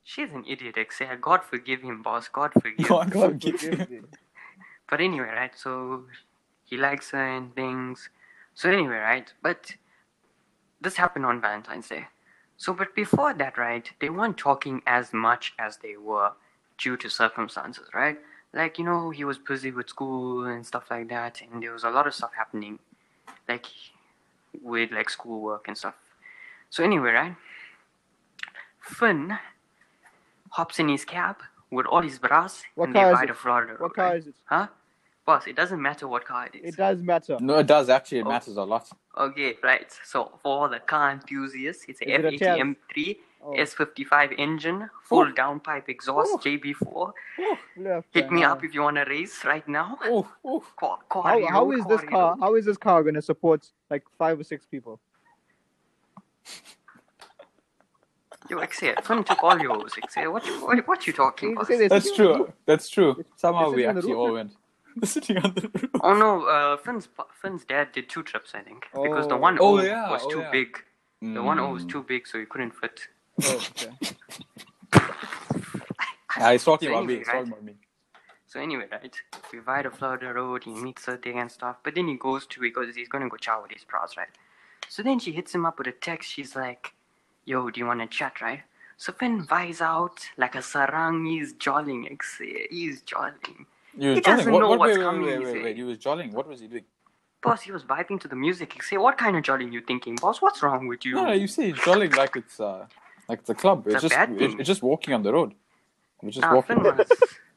She's an idiot, Xavier. God forgive him, boss. God forgive. God, God forgive you. forgive me. But anyway, right? So he likes her and things. So anyway, right? But this happened on Valentine's Day. So, but before that, right? They weren't talking as much as they were due to circumstances, right? Like you know, he was busy with school and stuff like that, and there was a lot of stuff happening, like with like schoolwork and stuff. So anyway, right? Finn hops in his cab with all his bras What and car they is ride it? to Florida. What right? car is it? Huh? Boss, it doesn't matter what car it is. It does matter. No, it does actually. It Oh. matters a lot. Okay, right. So for all the car enthusiasts, it's a Is it a F80 M3 Oh, S55 engine, full Ooh. downpipe exhaust, Ooh. JB4. left Hit me and up if you want to race right now. Oh, oh. Qua- right. Quarry How, how Road, is this Quarry car? Road. How is this car going to support like five or six people? Yo, Xair, film took all yours, Xair. What you what, what you talking You about? say this- That's true. That's true. Somehow it's we sitting on the actually roof. all went. They're sitting on the roof. Oh no, uh, Finn's pa- Finn's dad did two trips, I think, because the Oh. Hmm. one Oh, O yeah, was oh, too yeah. big. The one O was too big, so he couldn't fit. Mm. Oh, okay. Oh, Yeah, Ah, he's talking So about me. anyway, He's talking right? about me. So anyway, right, we ride a Florida road, he meets her there and stuff, but then he goes to because he's gonna go chow with his pros, right? So then she hits him up with a text, she's like, Yo, do you wanna chat, right? So Finn buys out like a sarang, he's jolling, ex- he's jolling. He You was jolling. doesn't What, know what, what's wait, wait, coming, wait, he's wait, a- wait. He was jolling. What was he doing? Boss, he was vibing to the music. He say, What kind of jolling you thinking, boss? What's wrong with you? No, no, you say it's jolling like it's uh, like the club. It's, It's a just bad it- thing. Ah, it's just walking on the road. We're just Nah, walking. Finn was,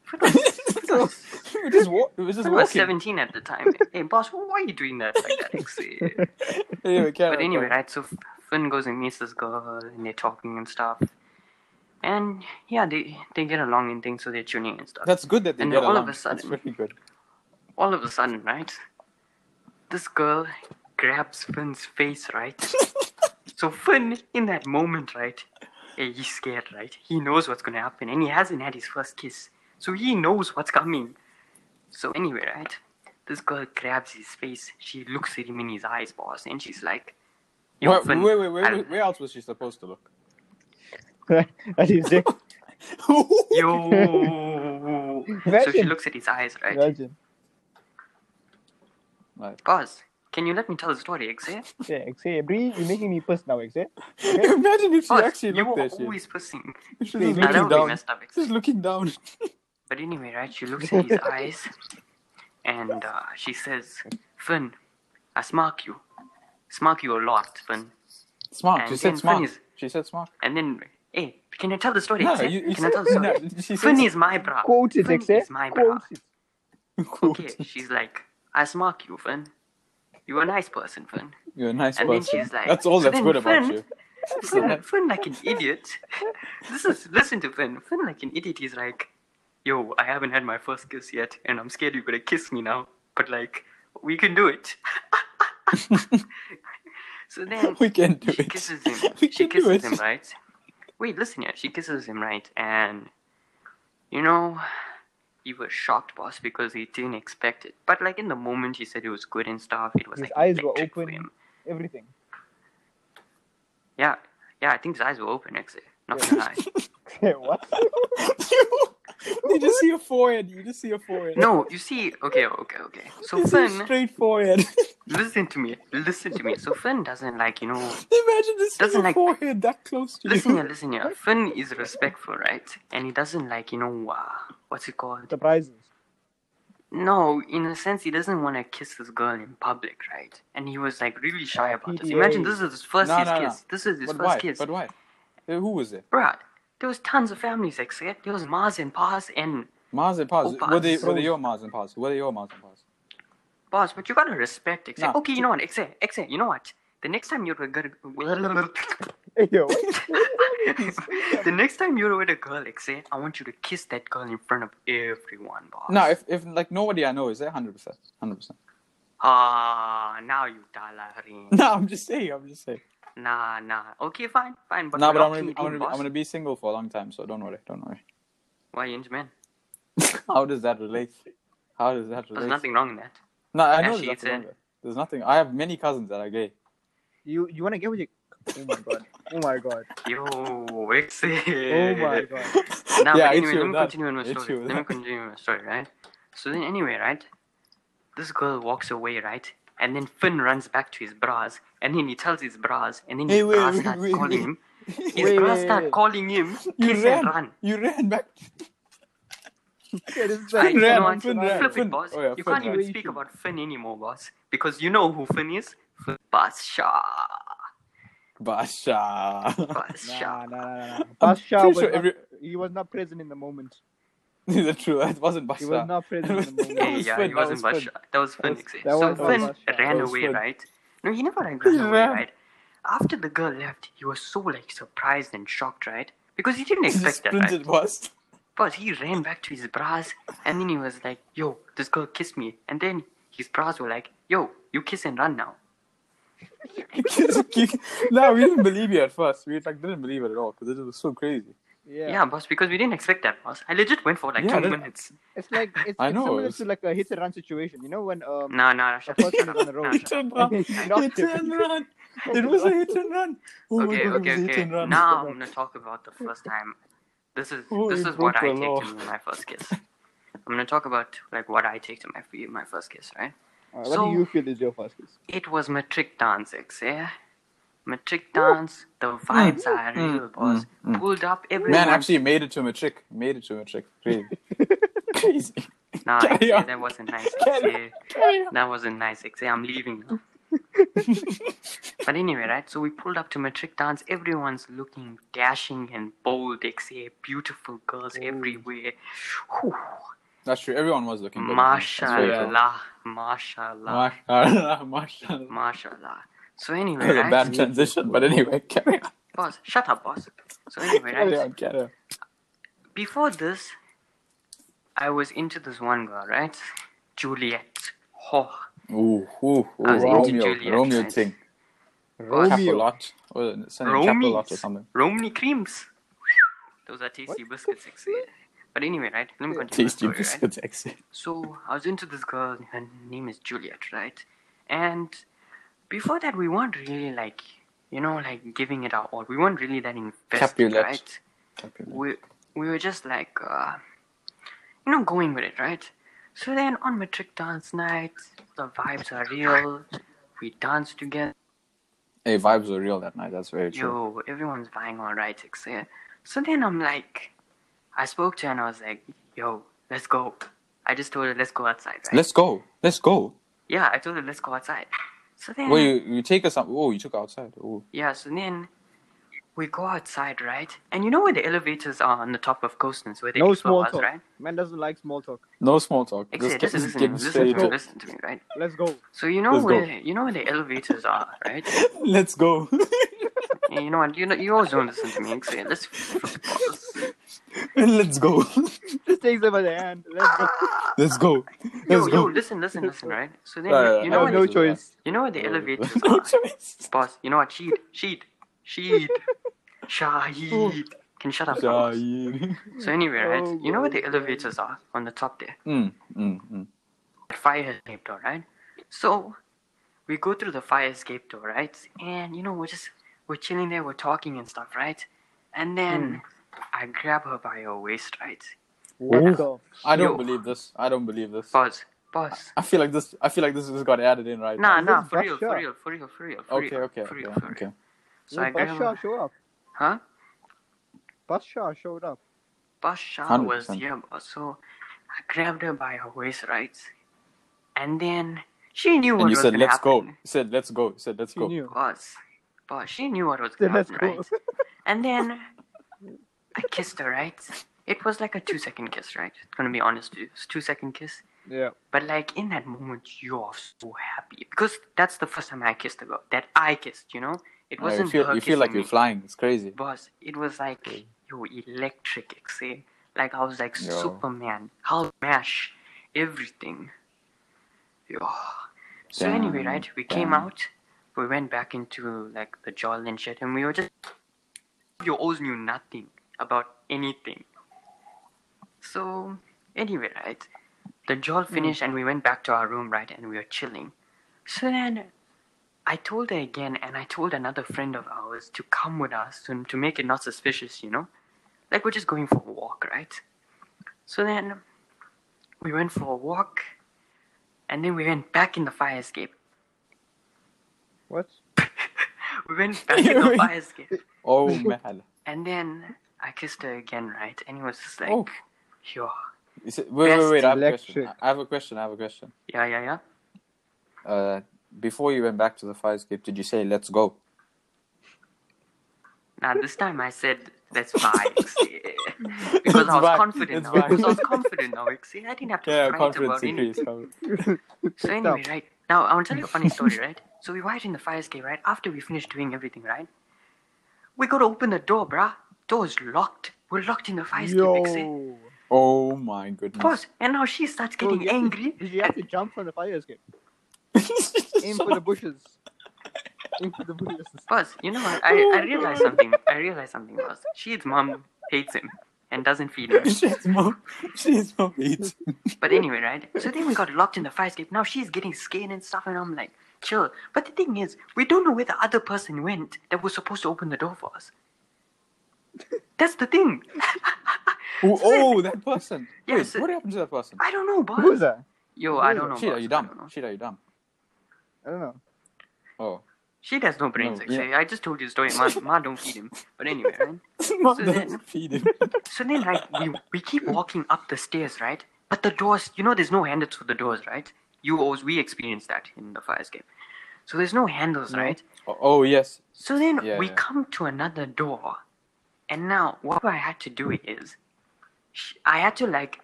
Finn was, Finn was, we're just, wa- we're just Finn was walking. 17 at the time. hey, boss, why are you doing that like that, ex- Anyway, carry But on, anyway, carry on. right, so Finn goes and meets this girl and they're talking and stuff. And yeah, they, they get along and things, so they're tuning and stuff. that's good that they and get all of along. a sudden- That's very good. All of a sudden, right, this girl grabs Finn's face, right? so Finn, in that moment, right, eh, he's scared, right? He knows what's gonna happen and he hasn't had his first kiss. So he knows what's coming. So anyway, right, this girl grabs his face. She looks at him in his eyes, boss, and she's like, "Yo, Wait, Finn, wait, wait, wait, I'll- wait, Where else was she supposed to look? that is it. Yo. so she Imagine. looks at his eyes, right? Imagine. Like, Boss, can you let me tell the story, Xavier? Yeah, Xay, Bree, you're making me piss now, Xay. Uh, imagine if she Boss, actually Oh, you looked were at you. always pushing. She's Nah, just Nah, that looking would be down. messed up, She's Xavier. looking down. But anyway, right, she looks at his eyes and uh, she says, Finn, I smack you. Smack you a lot, Finn. Smart. And She then said smart. Finny's- She said smart. And then, hey, can I tell the story, No, Xavier? you, you can I said, tell the story? no, she said Finn is my bra. Quote it, Finn Xay. is my bra. Quote it. quote. Okay, she's like, I smack you, Finn. You're a nice person, Finn. You're a nice And then person. she's like- that's all so that's then good about Finn- you. Finn, Finn like an idiot. This is listen to Finn. Finn like an idiot. He's like, yo, I haven't had my first kiss yet, and I'm scared you're gonna kiss me now. But like, we can do it. so then We can do she it. kisses him. We she can do kisses it. him, right? Wait, listen here. She kisses him, right? And you know, he was shocked, boss, because he didn't expect it. But like in the moment, he said it was good and stuff. It was His like eyes were electric for open. him. Everything. Yeah, yeah. I think his eyes were open. Actually, not gonna lie. Xay, what? you just see a forehead. You just see a forehead. No, you see, okay, okay, okay. So you see a Finn, straight forehead. listen to me, listen to me. So Finn doesn't like, you know, Imagine this Doesn't Doesn't like- forehead that close to listen you. here, listen here. Finn is respectful, right? And he doesn't like, you know, uh, what's it called? Surprises. No, in a sense, he doesn't want to kiss this girl in public, right? And he was like really shy about this. PDA. Imagine this is his first No, his no, no. kiss. This is his But first why? kiss. But why? Uh, Who was it? Bruh, there was tons of families, except there was Mars and Paz and Mars and Paz. Opas. Were they were they your Mars and Paz? Were they your Mars and Paz? Boss, but you gotta respect Exe. Nah. Okay, you know what, Exe, Exe, eh, you know what? The next time you're gonna Hey, yo, what? the next time you're with a girl, Xay, I want you to kiss that girl in front of everyone, boss. No, if if like nobody I know is there, hundred percent, hundred percent. Ah, now you talarin. No, I'm just saying. I'm just saying. nah, nah. Okay, fine, fine. But no, but we're not I'm gonna, be, committing, I'm, gonna be, I'm boss. gonna be single for a long time, so don't worry, don't worry. Why, Inge man? How does that relate? How does that relate? There's nothing wrong in that. No, I know Actually, there's it's nothing. a- wrong with it. There's nothing. I have many cousins that are gay. You you want to get with your? Oh my god! Oh my god! Yo, Xay. Oh my god! Nah, Yeah, but it's anyway, you let me that. continue on my It's story. you Let me that. continue on my story, right? So then, anyway, right? This girl walks away, right? And then Finn runs back to his bras, and then he tells his bras, and then Hey, his wait, bras wait, start wait, calling wait. him. His Wait, bras wait, start wait. calling him. You Kiss ran. and run. You ran back. Okay, this is Right, like you Ren, know what? Finn Flip Ren, it, Finn. boss. Oh, yeah, you Finn can't even Ren. speak about Finn anymore, boss, because you know who Finn is. Finn Basha. Basha. nah, nah, Basha. nah, nah. I'm Basha pretty was sure not, every- he was not present in the moment. Is it true? That wasn't He Basha. was not present in the That Hey, moment. was yeah, Finn, he that wasn't was Basha. Finn. That was Finn. That was- Ixi. that so was- that Finn was Basha. ran That was away, Finn. right? No, you know what I got away, Yeah. right? After the girl left, he was so like surprised and shocked, right? Because he didn't He expect that, right? sprinted past. But he ran back to his bras and then he was like, Yo, this girl kissed me and then his bras were like, Yo, you kiss and run now. no, we didn't believe you at first. We like didn't believe it at all because it was so crazy. Yeah, Yeah. boss, because we didn't expect that, boss. I legit went for like Yeah, two that- minutes. It's like it's, I it's know, similar it's- to like a hit and run situation. You know when um No, no, no, shut A up. person shut is on up, the no, road. shut Hit up. and run. Okay, not Hit and run. It was a hit and run. Oh my okay, god, okay, it was a hit okay. and run. Now I'm gonna talk about the first time. This is Oh, this you is what I broke take the to law. my first kiss. I'm gonna talk about like what I take to my my first kiss, right? uh, what So- do you feel is your first kiss? It was matric dance, ex, yeah. Matric dance, the vibes are mm, real, boss. mm, mm. Pulled up everyone. Man actually made it to a trick. Made it to a trick. Crazy. Crazy. nah, Carry actually, on. that wasn't nice. Carry on. XA. That wasn't nice, XA. I'm leaving now. but anyway, right? So we pulled up to matric dance. Everyone's looking dashing and bold, XA. Beautiful girls everywhere. Whew. That's true. Everyone was looking good. Mashallah, mashallah, Mashallah. Mashallah. mashallah. So anyway, That was a right? bad transition, but anyway, carry on. boss, shut up, boss. So anyway, Carry right? on, carry on. Before this, I was into this one girl, right? Juliet. Oh, Ooh, ooh, ooh, I was into Romeo, Juliet, Romeo right? thing. Romeo. Capulot, or something, Romeo. Capulot or something. Romney creams. Those are tasty biscuits, actually. But anyway, right? Let me continue. the Tasty story, right? biscuits exit. So I was into this girl. Her name is Juliet, right? And before that, we weren't really like, you know, like giving it our all. We weren't really that invested, Capulet. right? we we were just like uh, you know going with it right so then on metric dance night the vibes are real we dance together Hey, vibes were real that night. That's very true. yo everyone's buying all right it's, uh, so then i'm like i spoke to her and i was like yo let's go i just told her let's go outside right Let's go. Let's go. yeah i told her let's go outside so then Well, you, you take us up. Oh, you took outside. Oh, yeah so then we go outside right and you know where the elevators are on the top of coastlands where they No prefer small us, talk. right Man doesn't like small talk. no small talk. Exactly. Just Listen, listen, get, get listen, straight. to me, to- listen to me, right? Let's go. So you know Let's go. where you know where the elevators are, right? Let's go. And you know what? You know you always don't listen to me. Exactly. Let's pause. Let's go. Just takes them by the hand. Let's go. Let's go. Yo, Let's yo, go. listen, listen, listen, right? So then Alright, Oh, you I know have where no the, choice. you know where the elevators No are, choice. boss. You know what? Cheat, cheat, cheat, Shahid. Can you shut up, now, boss? Shaheen. So anyway, Oh right? You know where my the elevators are on the top there. Mm, mm, mm. fire escape door, right? So we go through the fire escape door, right? And you know, we're just we're chilling there, we're talking and stuff, right? And then Hmm. I grab her by her waist, right? What Oh. the? I don't Yo. believe this. I don't believe this. Pause, pause. I feel like this. I feel like this just got added in right Nah, now. nah, this for real, for Basha? real, for real, for real, for Okay, real, okay, for okay, real, for real. okay. So I grab Basha her, show up. huh? Basha showed up. Basha was 100%. here, boss. So I grabbed her by her waist, right? And then she knew what And you was said, gonna "Let's go." happen. You said, "Let's go." You said, "Let's She go." knew. Boss, boss, she knew what was gonna Then let's happen, go. right? And then I kissed her, right? It was like a two second kiss, right? Gonna be honest with you. It's two second kiss. yeah. But like in that moment you're so happy. Because that's the first time I kissed a girl. That I kissed, you know? It Yeah, wasn't you feel, her you feel like kissing you're me. flying. It's crazy. Boss, it was like you electric, say. Like I was like Yo. Superman. I'll mash everything. Yo. So anyway, Damn, right? We came damn. out, we went back into like the jail and shit and we were just you always knew nothing about anything. So anyway, right? The jail finished and we went back to our room, right, and we were chilling. So then I told her again, and I told another friend of ours to come with us to, to make it not suspicious, you know? Like, we're just going for a walk, right? So then we went for a walk, and then we went back in the fire escape. What? We went back in the fire escape. Oh man! And then I kissed her again, right? And it was just like, Oh. yo, You said- wait, wait, wait! I have a question. Electric. I have a question. I have a question. yeah, yeah, yeah. Uh, before you went back to the fire escape, did you say, "Let's go"? Now this time I said that's vibes. yeah." because It's I was vibe, confident it's now. Because I was vibe. confident now. See, I didn't have to fight Yeah, about confidence anything. increase. confidence. So anyway, right? Now, I want to tell you a funny story, right? So we wired in the fire escape, right? After we finished doing everything, right? We got to open the door, bruh. Door's locked. We're locked in the fire escape, Pixie. Yo. Oh my goodness. Pause. And now she starts Oh, Bro, getting you have to- angry. you have to jump from the fire escape. Aim for the bushes. Aim for the bushes. Pause. You know what? I, I realized something. I realized something, Pause. She's mom hates him and doesn't feed him. She's mom. She's mom eats. But anyway, right? So then we got locked in the fire escape. Now she's getting scared and stuff, and I'm like, chill. But the thing is, we don't know where the other person went that was supposed to open the door for us. That's the thing. Oh, oh, that person. Yeah, Wait, so- what happened to that person? I don't know, boss. Who's that? Yo, I don't know. Shit, boss. are you I don't dumb? know. Shit, are you dumb? I don't know. Oh. She has no brains, No, actually. I just told you the story. Ma, ma don't feed him. But anyway, right? Mom So doesn't then- feed him. So then, right, we, we keep walking up the stairs, right? But the doors, you know, there's no handles for the doors, right? You always, we experienced that in the fire escape. So there's no handles, right? Oh, oh yes. So then Yeah, we yeah. come to another door, and now what I had to do is, sh- I had to like,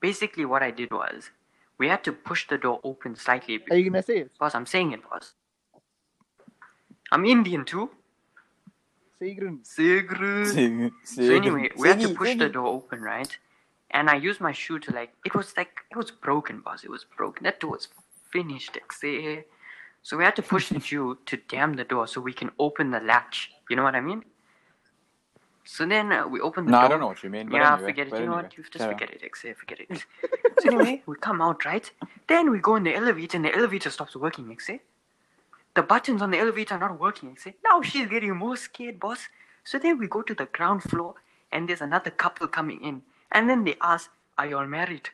basically what I did was, we had to push the door open slightly. Are you gonna say it? Boss, I'm saying it, boss. I'm Indian too. Say you're gonna Sigrid. Sing, So anyway, we had to sing- push the sing- door open, right? And I used my shoe to like, it was like, it was broken, boss. It was broken. That door was finished, say. So we had to push the shoe to dam the door so we can open the latch. You know what I mean? So then uh, we open the No, door. I don't know what you mean. But yeah, anyway, forget it. but You know anyway. what? You just Carry on. forget it, X. Forget it. so anyway, we come out, right? Then we go in the elevator, and the elevator stops working, X. The buttons on the elevator are not working, X. Now she's getting more scared, boss. So then we go to the ground floor, and there's another couple coming in, and then they ask, "Are you all married?"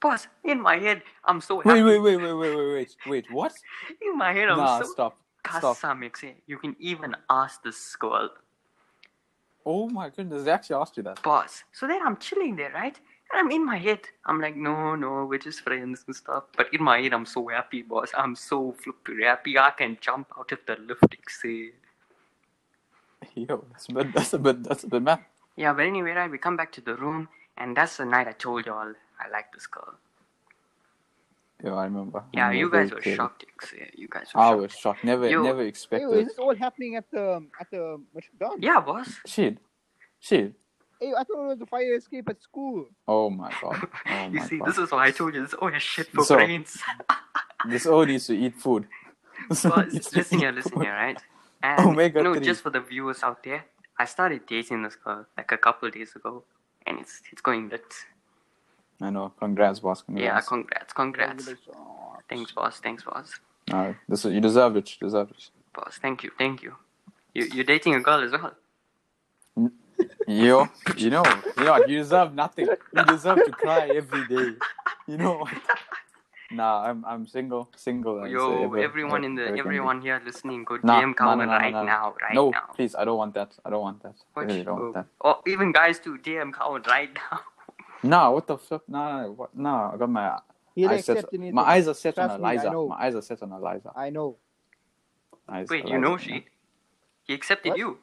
Boss, in my head, I'm so happy. Wait, wait, wait, wait, wait, wait, wait, wait. What? In my head, I'm Nah, so. stop, stop. Kasam, X. You can even ask this girl. Oh my goodness, they actually asked you that. boss. So then I'm chilling there, right? And I'm in my head. I'm like, no, no, we're just friends and stuff. But in my head, I'm so happy, boss. I'm so flippin' happy. I can jump out of the lift, say. Yo, that's a bit, that's a bit, that's a bit mad. Yeah, but anyway, right, we come back to the room, and that's the night I told y'all I like this girl. Yo, I remember. I Yeah, remember you guys very were clearly. shocked, say. You guys were I shocked. was shocked. Never, Yo. never Yo, is expected. this all happening at the um, at the McDonald's? Yeah, boss. Shit, shit. Hey, I thought it was the fire escape at school. Oh my god. Oh you my see, god. this is why I told you this. Oh, yeah, shit for So- brains. This all needs to eat food. This all But needs to listen eat here, listen food. here, right? And Omega you know, three. just for the viewers out there, I started dating this girl like a couple of days ago, and it's it's going lit. I know. Congrats, boss. Yeah, Congrats. congrats, congrats. "Oh, Thanks, boss. Thanks, boss. All right. This is, you deserve it. You deserve it. Boss, thank you, thank you. You you're dating a girl as well. Yo, you know, you know, what, you deserve nothing. You deserve to cry every day. You know. what? Nah, I'm I'm single, single. and so Yo, ever- everyone in ever the can be. everyone here listening, go DM Nah, nah, nah, Calvin nah, nah, right nah. now, right no, now. please, I don't want that. I don't want that. I What really you- don't want that. Or even guys to DM Calvin right now. Nah, what the fuck? Nah, what? Nah, I got my He'll eyes set. accept anything. My eyes are set Trust on me, I Eliza. know. my eyes are set on Eliza. I know. Eyes, Wait, you Eliza, know she? He accepted What? you.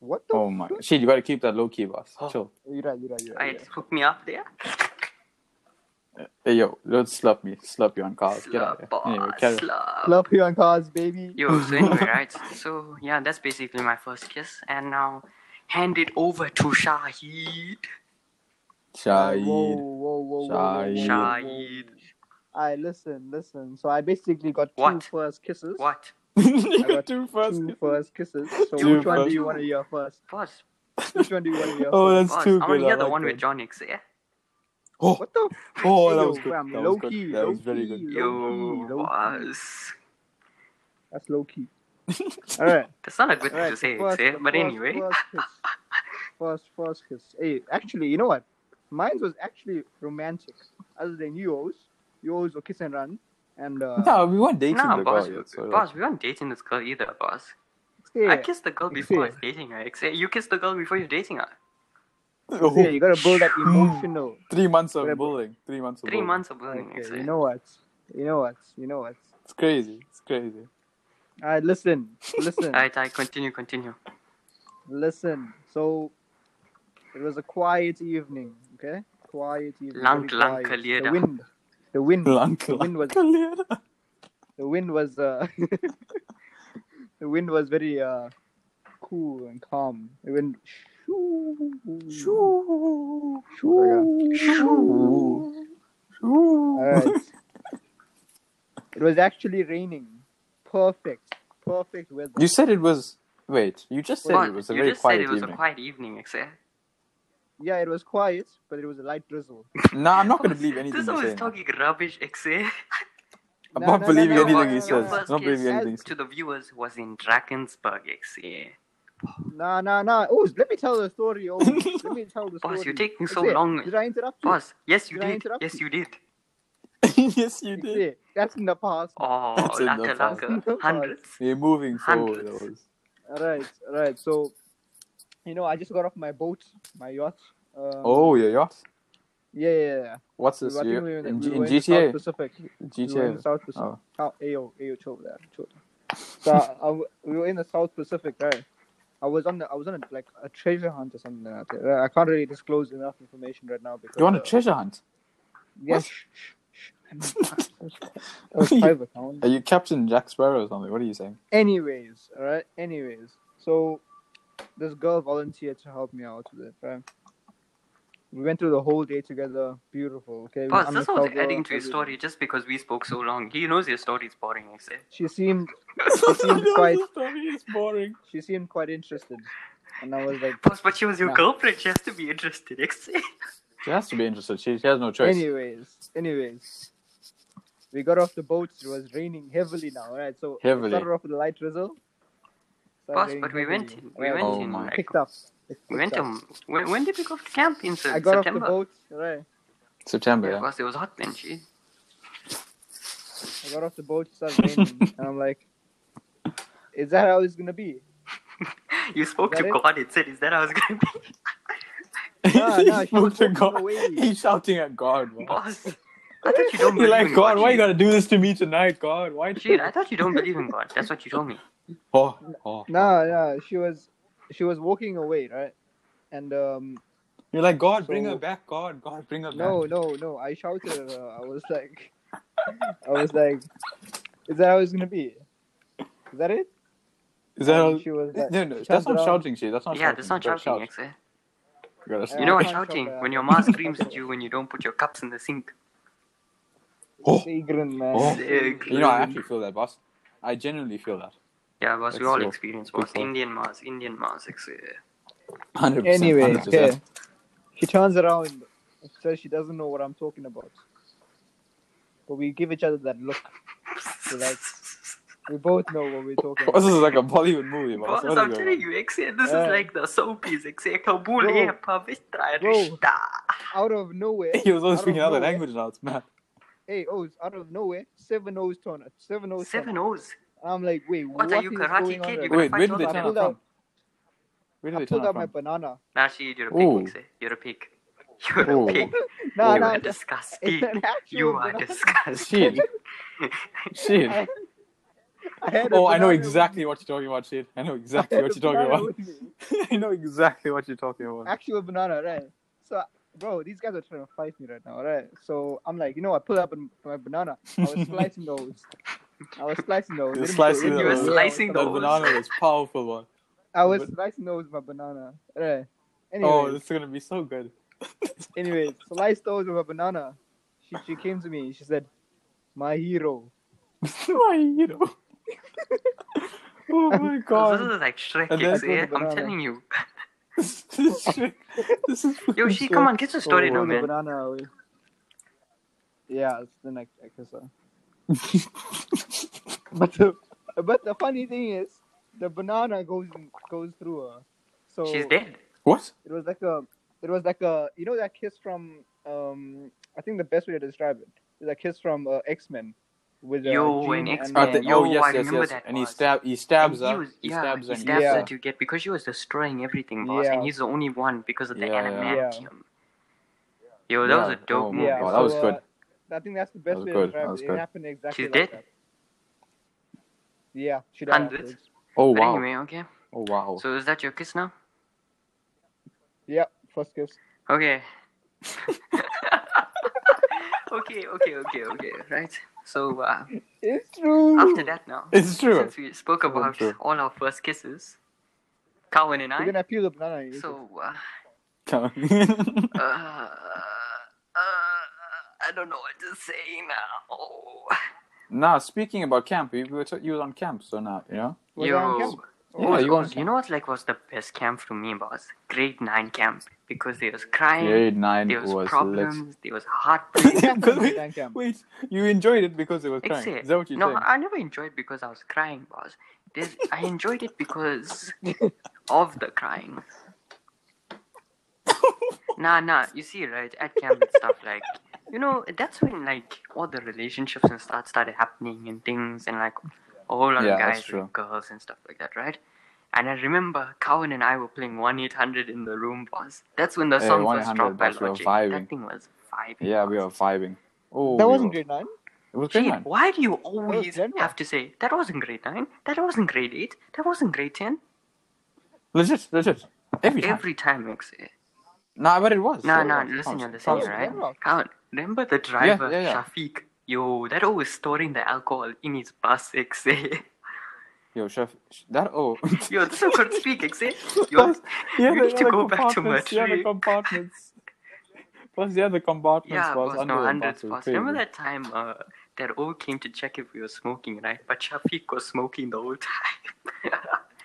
What the? Oh my shit! You gotta keep that low key, boss. Oh. Chill. You're right. You're right. You're I right. hook me up there. Hey yo, don't slap me. Slap you on cars. Oh, Get out Slap, of here. boss. Anyway, carry on. slap. Love you on cars, baby. Yo, so anyway, right? So yeah, that's basically my first kiss, and now hand it over to Shahid. Shahid. Whoa, whoa, whoa, whoa, whoa, Shahid. whoa, whoa. Shahid. I listen, listen. So I basically got two What? first kisses. What? you I got got two first. Two kisses. first kisses. So Two which one do first- you want to hear first? Boss, Which one do you want to hear? Oh, first? that's boss. I too want good. to hear I the like one that. with John X. Yeah. Oh, What the? oh, that Yo, was good. fam, That low was good. key, That low was very key. good. Yo, low key. boss. That's low key. All right. That's not a good thing All right. to say, first, Xe, the but first, anyway. First kiss. first, first kiss. Hey, actually, you know what? Mine was actually romantic. Other than yours, yours were kiss and run. And uh, No, we weren't dating Nah, the boss. girl yet, so boss, we weren't dating this girl either, boss. yeah, I kissed the girl before I was Xe. dating her. Xe, you kissed the girl before you're dating her. Oh, yeah, you gotta build that emotional. three months of Whatever. bullying. Three months of Three bullying. months of learning, Okay, Xe. you know what? You know what? You know what? It's crazy. It's crazy. All right, listen, listen, Alright, I continue, continue. listen. So it was a quiet evening, okay? Quiet evening. Lang- very lang quiet. kalira. The wind, The wind, Blanca. Hmm. the wind was the wind was uh, the wind was very uh, cool and calm. The wind. Shoo, Oh Shoo. shoo, Shoo. All right. it was actually raining. Perfect, perfect weather. You said it was. Wait, you just said Well, it was a you very just said quiet it was evening. a quiet evening, except Yeah, it was quiet, but it was a light drizzle. Nah, I'm not gonna believe anything This you always say. now. talking rubbish, except I'm No, not no, no, believing no, anything no, he no, says. no. I'm not believing Yes. anything. he to the viewers was in Drakensberg, except. Nah, nah, nah. Oh, let me tell the story. Oh, let me tell the story. Boss, you're taking so It's there. long. Did I interrupt you? Boss, yes you Did I did. interrupt Yes you? you did. says. yes, you It's did. there. That's in the past. Oh, That's in the laka past. laka, hundreds. We're moving forward. Hundreds. always. Right, right. So, you know, I just got off my boat, my yacht. Um, Oh, your yacht. yeah, yeah, yeah. What's We this? were- I you- think we were in, in, we G- in were in the South GTA? Pacific. We were in the GTA. South Pacific. Oh. Oh, ayo, ayo, chill there, chill. So I, I- we were in the South Pacific, right? I was on the, I was on a, like a treasure hunt or something like that. Uh, I can't really disclose enough information right now because You want a uh, treasure hunt? Yes. That was private, Alan. Are you Captain Jack Sparrow or something? What are you saying? Anyways, all right. Anyways, so this girl volunteered to help me out with it, right? We went through the whole day together. Beautiful. Okay. Boss, I'm this a was cover, adding to his everything. story just because we spoke so long. He knows your story is boring, except. She seemed quite- This story is boring. she seemed quite interested, and I was like, Boss, but she was your Nah. girlfriend. She has to be interested, except. She has to be interested. She, she has no choice. anyways, anyways. We got off the boat. It was raining heavily now, right? So it Heavily. started off with a light drizzle. started Boss, raining but we went heavily, in. We right? went Oh in. my. It Like, picked up. It we went picked up. to. When, when did we go to camp in se- I got off the September? boat, right? September. Yeah, Yeah. boss, it was hot then, she. I got off the boat, it started raining, and I'm like, "Is that how it's gonna be?" You spoke Is to that it? God, it said, Is that how it's gonna be? Nah, He nah, she spoke was to walking God. away. He's shouting at God. man. Boss, I thought you don't You're believe like in God. Why you G. gotta do this to me tonight, God? Why? Sheen, I thought you don't believe in God. That's what you told me. Oh, oh. Nah, nah, she was, she was walking away, right? And um, You're like God. Bring So- her back, God. God, bring her back. no, no, no, I shouted at her. I was like, I was like, "Is that how it's gonna be?" Is that it? Is that all? Eh, And she was like, No, no, that's turns not around. shouting, shit. That's not Yeah, shouting. that's not You gotta shouting, shout. Exe. You gotta Yeah. You know what I can't shouting? shout When that. your mom screams at you when you don't put your cups in the sink. Oh. Segrin, man. Oh. Sick. You know, I actually feel that, boss. I genuinely feel that. Yeah, boss, we That's all your- experience good boss. point. Indian Mars, Indian Mars, Exe. 100%. Anyway, 100%. okay. She turns around, and says she doesn't know what I'm talking about, but we give each other that look. So like, we both know what we're Boss, talking about. this is like a Bollywood movie, Boss, boss. What is I'm going telling on? you, Exe, this Yeah. is like the soapies, Exe. Kabul, Bro. eh, Pavitra, Bro. Rishta. Out of nowhere. He was out also of speaking another nowhere- language now. It's mad. Hey, O's out of nowhere, seven O's turn up. Seven O's. Seven turn up. O's. I'm like, wait, What are what you, is Karate going on Kid? right You now? gotta Wait, fight where did they all turn of up them. from? Where did I they turn pulled up out my from? banana. Nah, she, you're a Ooh. pig, Exe. You're a pig. You're Ooh. a pig. Nah, Whoa. You nah, are it's disgusting. an actual You are banana. disgusting. Shit. Shit. I, I had a Oh, I know banana exactly what you're talking about, Shit. I know with- I exactly had what a you're talking banana about. with me. I know exactly what you're talking about. Actual banana, right? So, bro, these guys are trying to fight me right now, right? So I'm like, you know, I pull up an- my banana. I was slicing those. I was slicing those. You're They didn't slicing go in You were there. those. Yeah, I was slicing That those. banana was powerful, one. I was But- slicing those with my banana. Right. Oh, Anyways, this is gonna be so good. anyways, sliced those with my banana. She she came to me. She said, "My hero." Why, you know? oh my This god. is like Shrek, And then- Exe. I pulled the I'm banana. telling you. this is shit. This is Yo, fucking she, shit. come on, get the story Oh, now, Throw the man. banana away. Yeah, it's the next episode. But the but the funny thing is, the banana goes goes through her. So She's dead. What? It was like a, it was like a, you know that kiss from, um, I think the best way to describe it is a kiss from uh, X Men, with uh, Yo, Jean and X-Men. Oh, uh, the- Yo, oh yes, I yes, remember yes. that And he part. stab, he stabs And he her. was, he yeah, stabs he her. and stabs Yeah. her to get because she was destroying everything, boss, Yeah. and he's the only one because of the Yeah, yeah. adamantium. Yo, that was Yeah. a dope Oh, movie. yeah, wow, boss. that was so, good. Uh, I think that's the That best was way good, to describe that it. was It good. happened exactly She's like dead? that. Yeah, she died. Hundreds? afterwards. Oh But wow. anyway, okay. Oh wow. So is that your kiss now? Yeah, first kiss. Okay. okay, okay, okay, okay. Right. So uh, It's true. after that now, It's true. since we spoke True, about true. all our first kisses, Cowan and We're I. gonna appeal the banana. So uh, Come. uh, uh, I don't know what to say now. now speaking about camp, we we were t- you were on camp, so now you know. Were you on Yo, camp? what Yeah, was- you were on was- you camp. know what like was the best camp for me was grade nine camp because there was crying, Grade nine there was, was problems, lit. there was heartbreak. Because we- Thank you. wait, you enjoyed it because it was crying. Except, Is that what you no, think? I never enjoyed because I was crying, boss. There's, I enjoyed it because of the crying. Nah, nah. You see, right at camp and stuff like, you know, that's when like all the relationships and stuff started happening and things and like a whole lot Yeah, of that's guys true. with girls and stuff like that, right? And I remember Cowan and I were playing one eight hundred in the room, boss. That's when the Hey, song was 1-800 dropped by boss, we were Logic. vibing. That thing was vibing. Yeah, we boss. were vibing. Oh, That we wasn't were- grade nine. It was Shane, grade nine. why do you always grade one. have to say that wasn't grade nine, that wasn't grade eight, that wasn't grade ten? Legit, legit. Every time. Every time, Exe. Nah, but it was. No, it no, was. listen, Promise, you're listening, promise. right? Grade one. Count. Remember the driver yeah, yeah. Shafiq? Yo, that always storing the alcohol in his bus, Exe. Yo, chef, sh- that oh. Yo, this is could speak, Exe. Yo, yeah, you the need to other go back to compartments, The other Mercury. compartments. Plus the other compartments Yeah, was boss, under no, the hundreds, bus, it was boss. Remember crazy. that time uh, that all came to check if we were smoking, right? But Shafiq was smoking the whole time.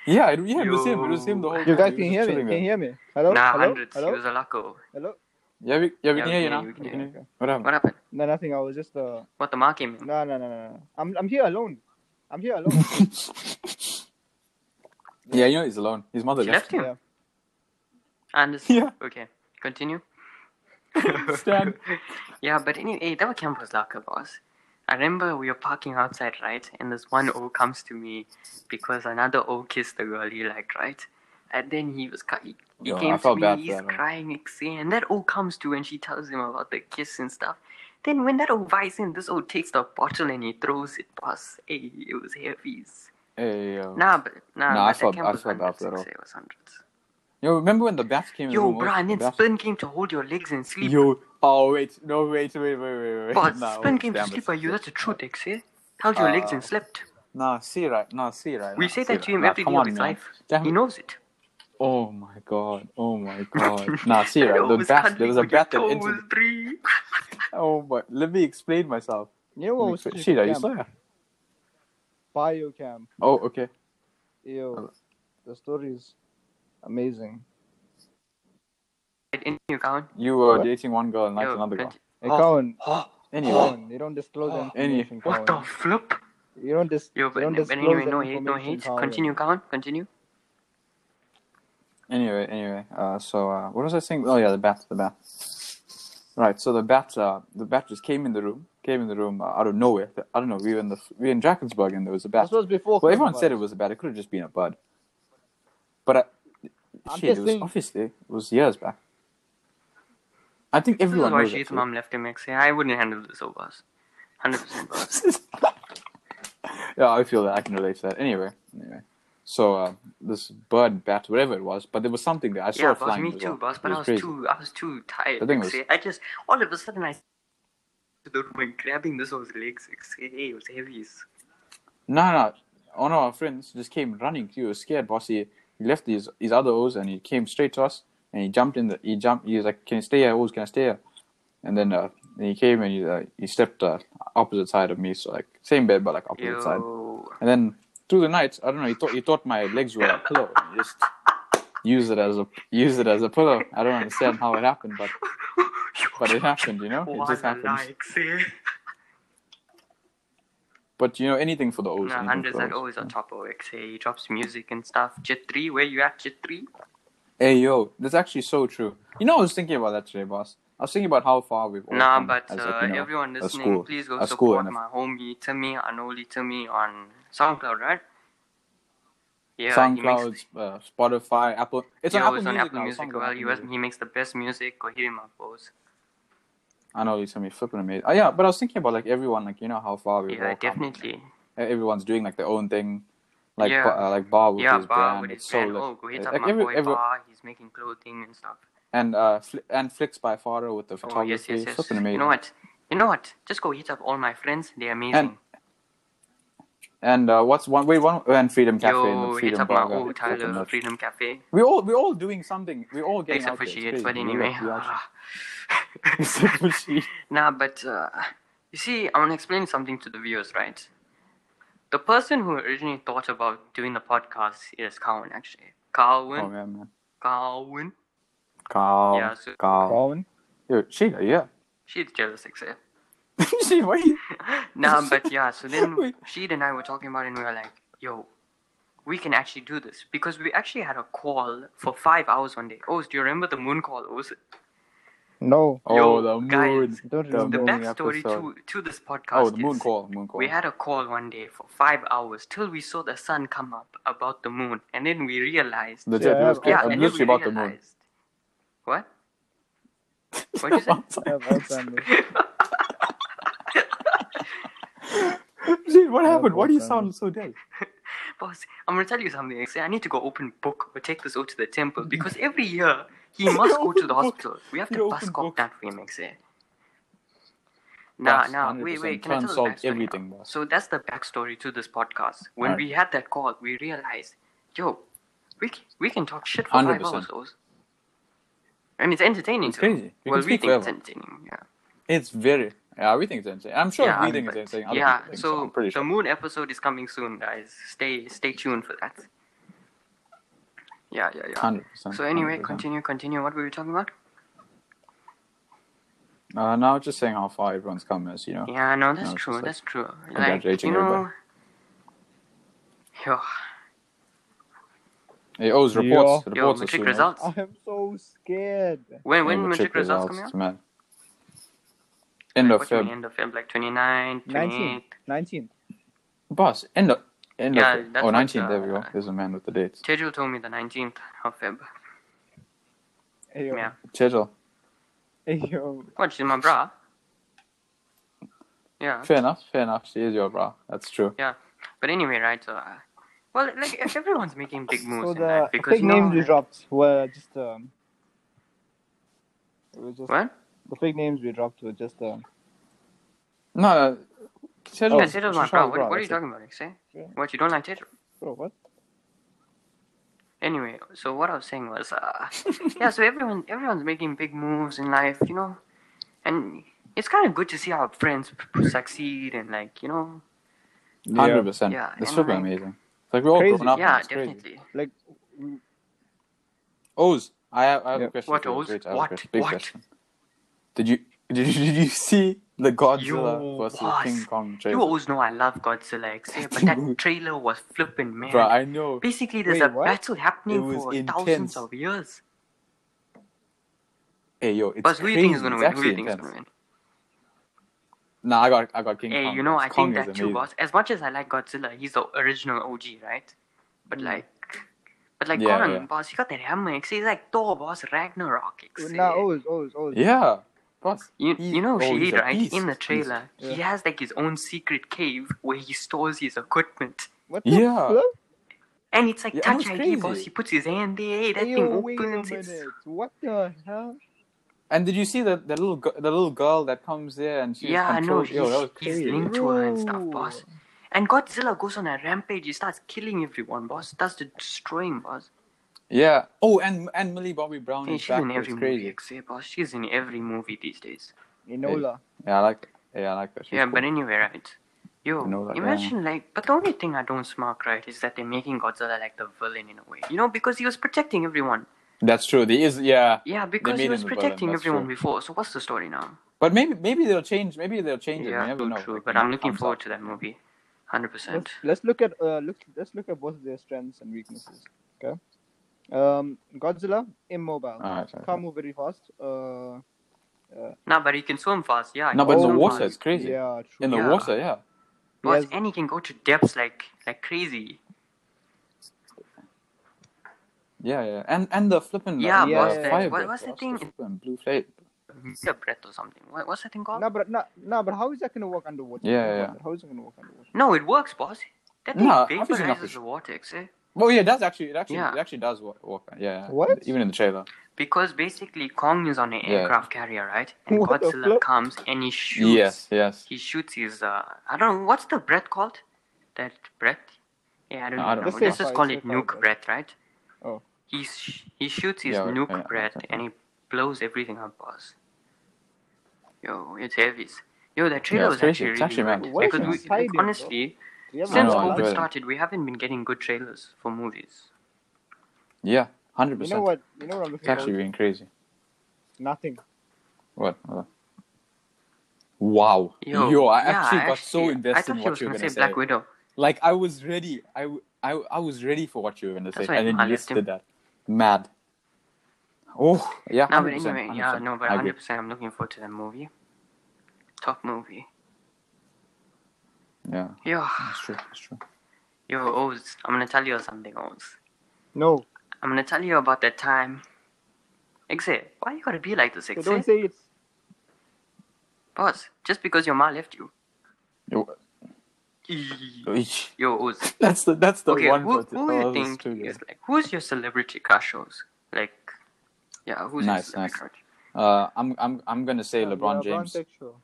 Yeah, it, yeah, it was him. It was him the Yo. whole You time. guys He can was hear just me. chilling Can there. you hear me? Hello? nah, Hello? hundreds. He Hello? was a loco. Hello? Yeah, we, yeah, we can hear you now. we We can can hear hear. you. What happened? What happened? No, nothing. I was just uh. What the marking? man? No, no, no, no, no. I'm I'm here alone. I'm here alone. Yeah, you know he's alone. His mother She left. left him. yeah. I understand. Yeah, Okay, continue. Understand. yeah, but anyway, that was campus locker, boss. I remember we were parking outside, right? And this one O comes to me because another O kissed the girl he liked, right? And then he was cu- he, he Yo, I came to felt me, bad for he's that O. crying, ex- and that O comes to and she tells him about the kiss and stuff. Then when that O buys in, this O takes the bottle and he throws it, boss. Hey, it was heavies. Hey, yo. Nah, but nah, Nah, but I that felt- camp I was felt bad hundreds, for that I'd O. say it was hundreds. Yo, remember when the bats came? in the Yo, room, what bro, was and the then bats- Spin came to hold your legs and sleep. Yo, oh wait, no, wait, wait, wait, wait, wait. but Nah, Spin wait, came to damn sleep it. by you, that's the truth, X, eh? Held your legs Uh, and slept. Nah, see right, nah, see right. We nah, say see that to right. him Nah, every come day of on, his man. life. Damn He it. knows it. Oh my god. Oh my god. Nah, see right. The Always bat. cuddling There was a with your bat that entered. toes, three. Oh my. Let me explain myself. You know Let what me was explain- such a Shira, good you camp? saw her. Biocam. Oh, okay. Yo, the story is amazing. In your account. You were What? dating one girl and liked Yo, another girl. conti- Hey, Oh. Cowan, Oh, Anyway. Oh. Cowan, you don't disclose that Any- information, what the Cowan. flip? You don't dis. Yo, You but, don't but disclose anyway, that no hate, no information, hate. Cowan. Continue, Count, continue. Anyway, anyway. Uh, so uh, what was I saying? Oh yeah, the bat, the bat. Right. So the bat, uh, the bat just came in the room. Came in the room uh, out of nowhere. I don't know. We were in the we were in Drakensberg and there was a bat. This was before. Well, everyone coronavirus. said it was a bad. It could have just been a bud. But I, I'm shit, just it was saying- obviously it was years back. I think This is everyone why knows. she's actually. mom left him, X, eh? I wouldn't handle this over us. 100% boss. yeah, I feel that I can relate to that. Anyway, anyway. So uh, this bird, bat, whatever it was, but there was something there. I saw Yeah, it boss, flying. me as too, well. boss. It But I was was crazy. too, I was too tired. The thing like, was- I just all of a sudden I to the room and grabbing this one's legs. It's, hey, it was heavy. as- No, no. One of our friends just came running. He was scared, boss. He, he left his, his other O's and he came straight to us. And he jumped in. The, he jumped. He was like, "Can I stay here? O's, can I stay here?" And then uh, then he came and he uh, he stepped uh, opposite side of me, so like same bed but like opposite side. Yo, And then through the night, I don't know. He thought he thought my legs were a pillow. And he just used it as a use it as a pillow. I don't understand how it happened, but but it happened. You know, it just what a happens. likes, eh? But you know, anything for the O's. Nah, anything hundreds for that the O's. always on top of X. eh? He drops music and stuff. Jet three, where you at? Jet three? Hey yo, that's actually so true. You know, I was thinking about that today, boss. I was thinking about how far we've all Nah, Oh, come but as, uh, like, you know, everyone a listening, school- please go a school support and a- my homie Timmy Anoli Timmy on SoundCloud, right? Yeah, he makes SoundCloud, uh, Spotify, Apple. It's Yo, on Apple it's Music. on Apple now, Music. songs on Well, Apple he, was, Music. he makes the best music. Go hear him up, boys. I know you tell me flipping amazing. Oh, yeah, but I was thinking about like everyone, like you know how far we've Yeah, all come. definitely. e-, Everyone's doing like their own thing, like Yeah. Ba- uh, like bar with yeah, his Bar brand. with his it's so brand. lit. Oh, go hit Like, up like, my every- boy every- Bar. He's making clothing and stuff. and uh, Fli and Flicks by Faro with the Oh, yes, photography. yes, yes. Flipping amazing. You know what? You know what? Just go hit up all my friends. They're And amazing. and uh, what's one? Wait, one and Freedom Cafe and Yo, the hit Freedom up my Burger. old Open Tyler up. Freedom Cafe. We all we all doing something. We all getting Except out for there. It's she, it's but crazy. We- anyway. we actually- Except for she. Nah, but uh, you see, I want to explain something to the viewers, right? The person who originally thought about doing the podcast is Cowan, actually. Cowan, Oh man, man. Cowan. Carl. Yeah, so- Carl. Colin? Yo, Sheila, yeah. She's jealous, except. she, why? you- nah, but yeah. So then Wait. she and I were talking about it, and we were like, "Yo, we can actually do this because we actually had a call for five hours one day. Oh, do you remember the moon call? Oz? No. Oh, Yo, the moon. guys, Don't the The remember. moon backstory episode. to to this podcast. Oh, the moon is call. Moon call. We had a call one day for five hours till we saw the sun come up about the moon, and then we realized. Legit, it Yeah, was I've- yeah, I'm and then literally we about realized. the moon. What? What'd you I have Alzheimer's. Dude, what Yeah, happened? Why do you Alzheimer's. sound so dead? Boss, I'm gonna tell you something. Say, I need to go open book or take this out to the temple because every year he must go to Open the book. hospital. We have You to open bust cop book. that for him, Xe. Nah, Boss, nah, wait, 100% wait. Can I try tell and the solve backstory? everything, boss. So that's the backstory to this podcast. When Alright. we had that call, we realized, yo, we can, we can talk shit for five 100%. hours. Oz. And it's entertaining It's too. crazy. We well, can we speak think it's forever. entertaining. Yeah. It's very. Yeah, we think it's insane. I'm sure yeah, we um, think it's but- insane. Other yeah. people think so. So I'm pretty the sure. moon episode is coming soon, guys. Stay, stay tuned for that. Yeah, yeah, yeah. 100%. So anyway, 100%. continue, continue. What were we talking about? Uh, now just saying how far everyone's come is, you know. Yeah, no, that's No, it's true. just like that's true. Like congratulating you know, everybody. yo, It owes Yo. reports. yo, Reports are matric soon. results. I'm so scared. When right? when Yeah, matric results coming out? results, man. End of What do you mean Feb. end of Feb? Like 29, 19th. 28? 19th. Boss, end of. End Yeah, of that's oh, what, 19, there we go. uh, There's a man with the dates. Tejo told me the 19th of Feb. Ayo. Yeah. Schedule. Ayo. What? She's my bra. Yeah. Fair enough, fair enough. She is your bra. That's true. But anyway, right? So, uh, well, like if everyone's making big moves So in that the because fake you know, names we like- dropped were just um. It was just What? the fake names we dropped were just um. No, uh, no. Schedule. yeah, Tejo's Oh, my bra. What, what are you talking about? Say? Yeah. What? You don't like Tejo? Bro, what? Anyway, so what I was saying was, uh, yeah, so everyone, everyone's making big moves in life, you know, and it's kind of good to see our friends p- p- succeed and like, you know, Hundred percent. Yeah, and It's super like- amazing. It's like we're all Crazy. grown up. yeah, now, it's crazy. definitely. Like, Oz, I have, I have Yeah. a question. What, for you. Oz? Great, I have a What? question. Big What? question. Did you did you, did you see the Godzilla Yo, versus boss. King Kong You trailer? always know I love Godzilla, X, eh, but that trailer was flipping man. Bro, I know. Basically, there's Wait, a what? battle happening It was for intense. thousands of years. Hey yo, it's But who do you think is crazy. gonna win? Who It's do actually you think is intense. gonna win? Nah, I got I got King Hey, Kong. you know, boss. I Kong think that is too, amazing. boss. As much as I like Godzilla, he's the original OG, right? But Mm. like, but like, Yeah, Conan, yeah. boss, he got that hammer. X. He's like Thor, boss, Ragnarok. X. nah, Oz, Oz, Oz. Yeah, boss. You, He- you know, oh, Shahid, he's a right? beast. In the He's- trailer, yeah. he has like his own secret cave where he stores his equipment. What the Yeah. fuck? And it's like Yeah, touch that's ID, boss. crazy. He puts his hand there, hey, that Ayo, thing wait a opens. It's... minute. What the hell? And did you see the, the little gu- the little girl that comes there and she's Yeah, I know. controlled? Yo, that He's, was he's crazy. linked to her and stuff, boss. Bro. And Godzilla goes on a rampage. He starts killing everyone, boss. Starts de- destroying, boss. Yeah. Oh, and and Millie Bobby Brown Hey, is she's back. in It's every movie, crazy. except, boss. She's in every movie these days. Enola. Yeah, I like. Yeah, I like that. She's yeah, cool. but anyway, right? Yo, You know that, yeah. imagine like, but the only thing I don't smirk right is that they're making Godzilla like the villain in a way, you know, because he was protecting everyone. That's true. There is yeah. Yeah, because he made was him the villain, protecting that's everyone true. before. So what's the story now? But maybe maybe they'll change. Maybe they'll change it. yeah, You never true, know. true. Like, But when I'm it looking comes forward out. to that movie, hundred percent. Let's, let's look at uh, look. Let's look at both of their strengths and weaknesses. Okay. Um, Godzilla immobile. All right, all right. Can't move very fast. Uh, Nah, but he can swim fast. Yeah. he No, but can in the swim water, fast. it's crazy. yeah, true. In the Yeah. water, yeah. Boss, Yes. and he can go to depths like like crazy. Yeah, yeah. And and the flipping Yeah, the boss, that- fire what- breath, what's the boss, thing? flipping blue flame. Mega breath or something. What, what's that thing called? No, but no, no, but how is that gonna work underwater? Yeah, yeah, How is it gonna work underwater? No, it works, boss. That thing Nah, obviously not. vaporizes the water, eh? Oh yeah, it does actually. It actually Yeah. it actually does walk. walk yeah. What? Even in the trailer. Because basically Kong is on an Yeah. aircraft carrier, right? And What the Godzilla flip? comes and he shoots. Yes. Yes. He shoots his. Uh, I don't know what's the breath called. That breath. Yeah, I don't know. I don't know. Let's Let's just say call fight, it say fight, nuke right? breath, right? Oh. He sh- he shoots his Yeah, okay, nuke yeah, breath okay. and he blows everything up, boss. Yo, it's heavy. Yo, that trailer it's was crazy. actually It's really actually good mad. What is because we, this like, hiding, bro? honestly, Do you have I since know, a- I COVID agree. started, we haven't been getting good trailers for movies. Yeah. Hundred You know percent. what? You know what I'm looking It's actually for? being crazy. Nothing. What? Hold on. Wow. Yo, I yeah, actually got so actually- I invested thought in he what was you were gonna gonna say say. Black Widow. Like I was ready. I, w- I, w- I was ready for what you were gonna That's say, why and then I you just left him. did that. Mad. Oh yeah. No, but 100%, anyway, yeah, 100%. no, but I agree. 100. percent I'm looking forward to that movie. Top movie. Yeah, Yo, that's true. That's true. yo, Oz, I'm gonna tell you something, Oz. No. I'm gonna tell you about that time. Exe, why you gotta be like this, They Exe? don't say it's. Boss, just because your ma left you. Yo, eesh. Yo, Oz. that's the that's the Okay, one. who, for- who oh, you that's think too good. is like, who's your celebrity crush, Oz? Like, yeah, who's Nice, your celebrity nice. Uh, I'm I'm I'm gonna say uh, LeBron James. sexual. crush?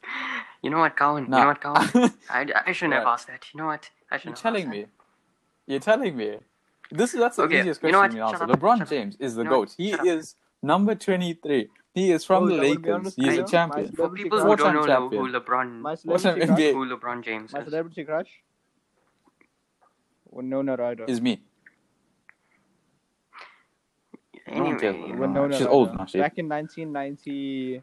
you know what, Cowan? Nah. You know what, Cowan? I, I shouldn't have What? asked that. You know what? I shouldn't You're have telling asked me. You're telling me. This is that's the Okay, easiest you know question you, what? can answer. Shut up, shut LeBron up. James is the You know what? goat. He Shut up. is number twenty three. He is from Oh, the I would be Lakers. honest He's with a you, champion. my For celebrity people who crush- don't know Four-time lo- who champion. LeBron, My What's an celebrity crush- NBA? who LeBron James My is. celebrity crush? Winona Ryder. Is me. No one cares about Anyway, LeBron. Winona she's Ryder. old now, she- Back in 1990,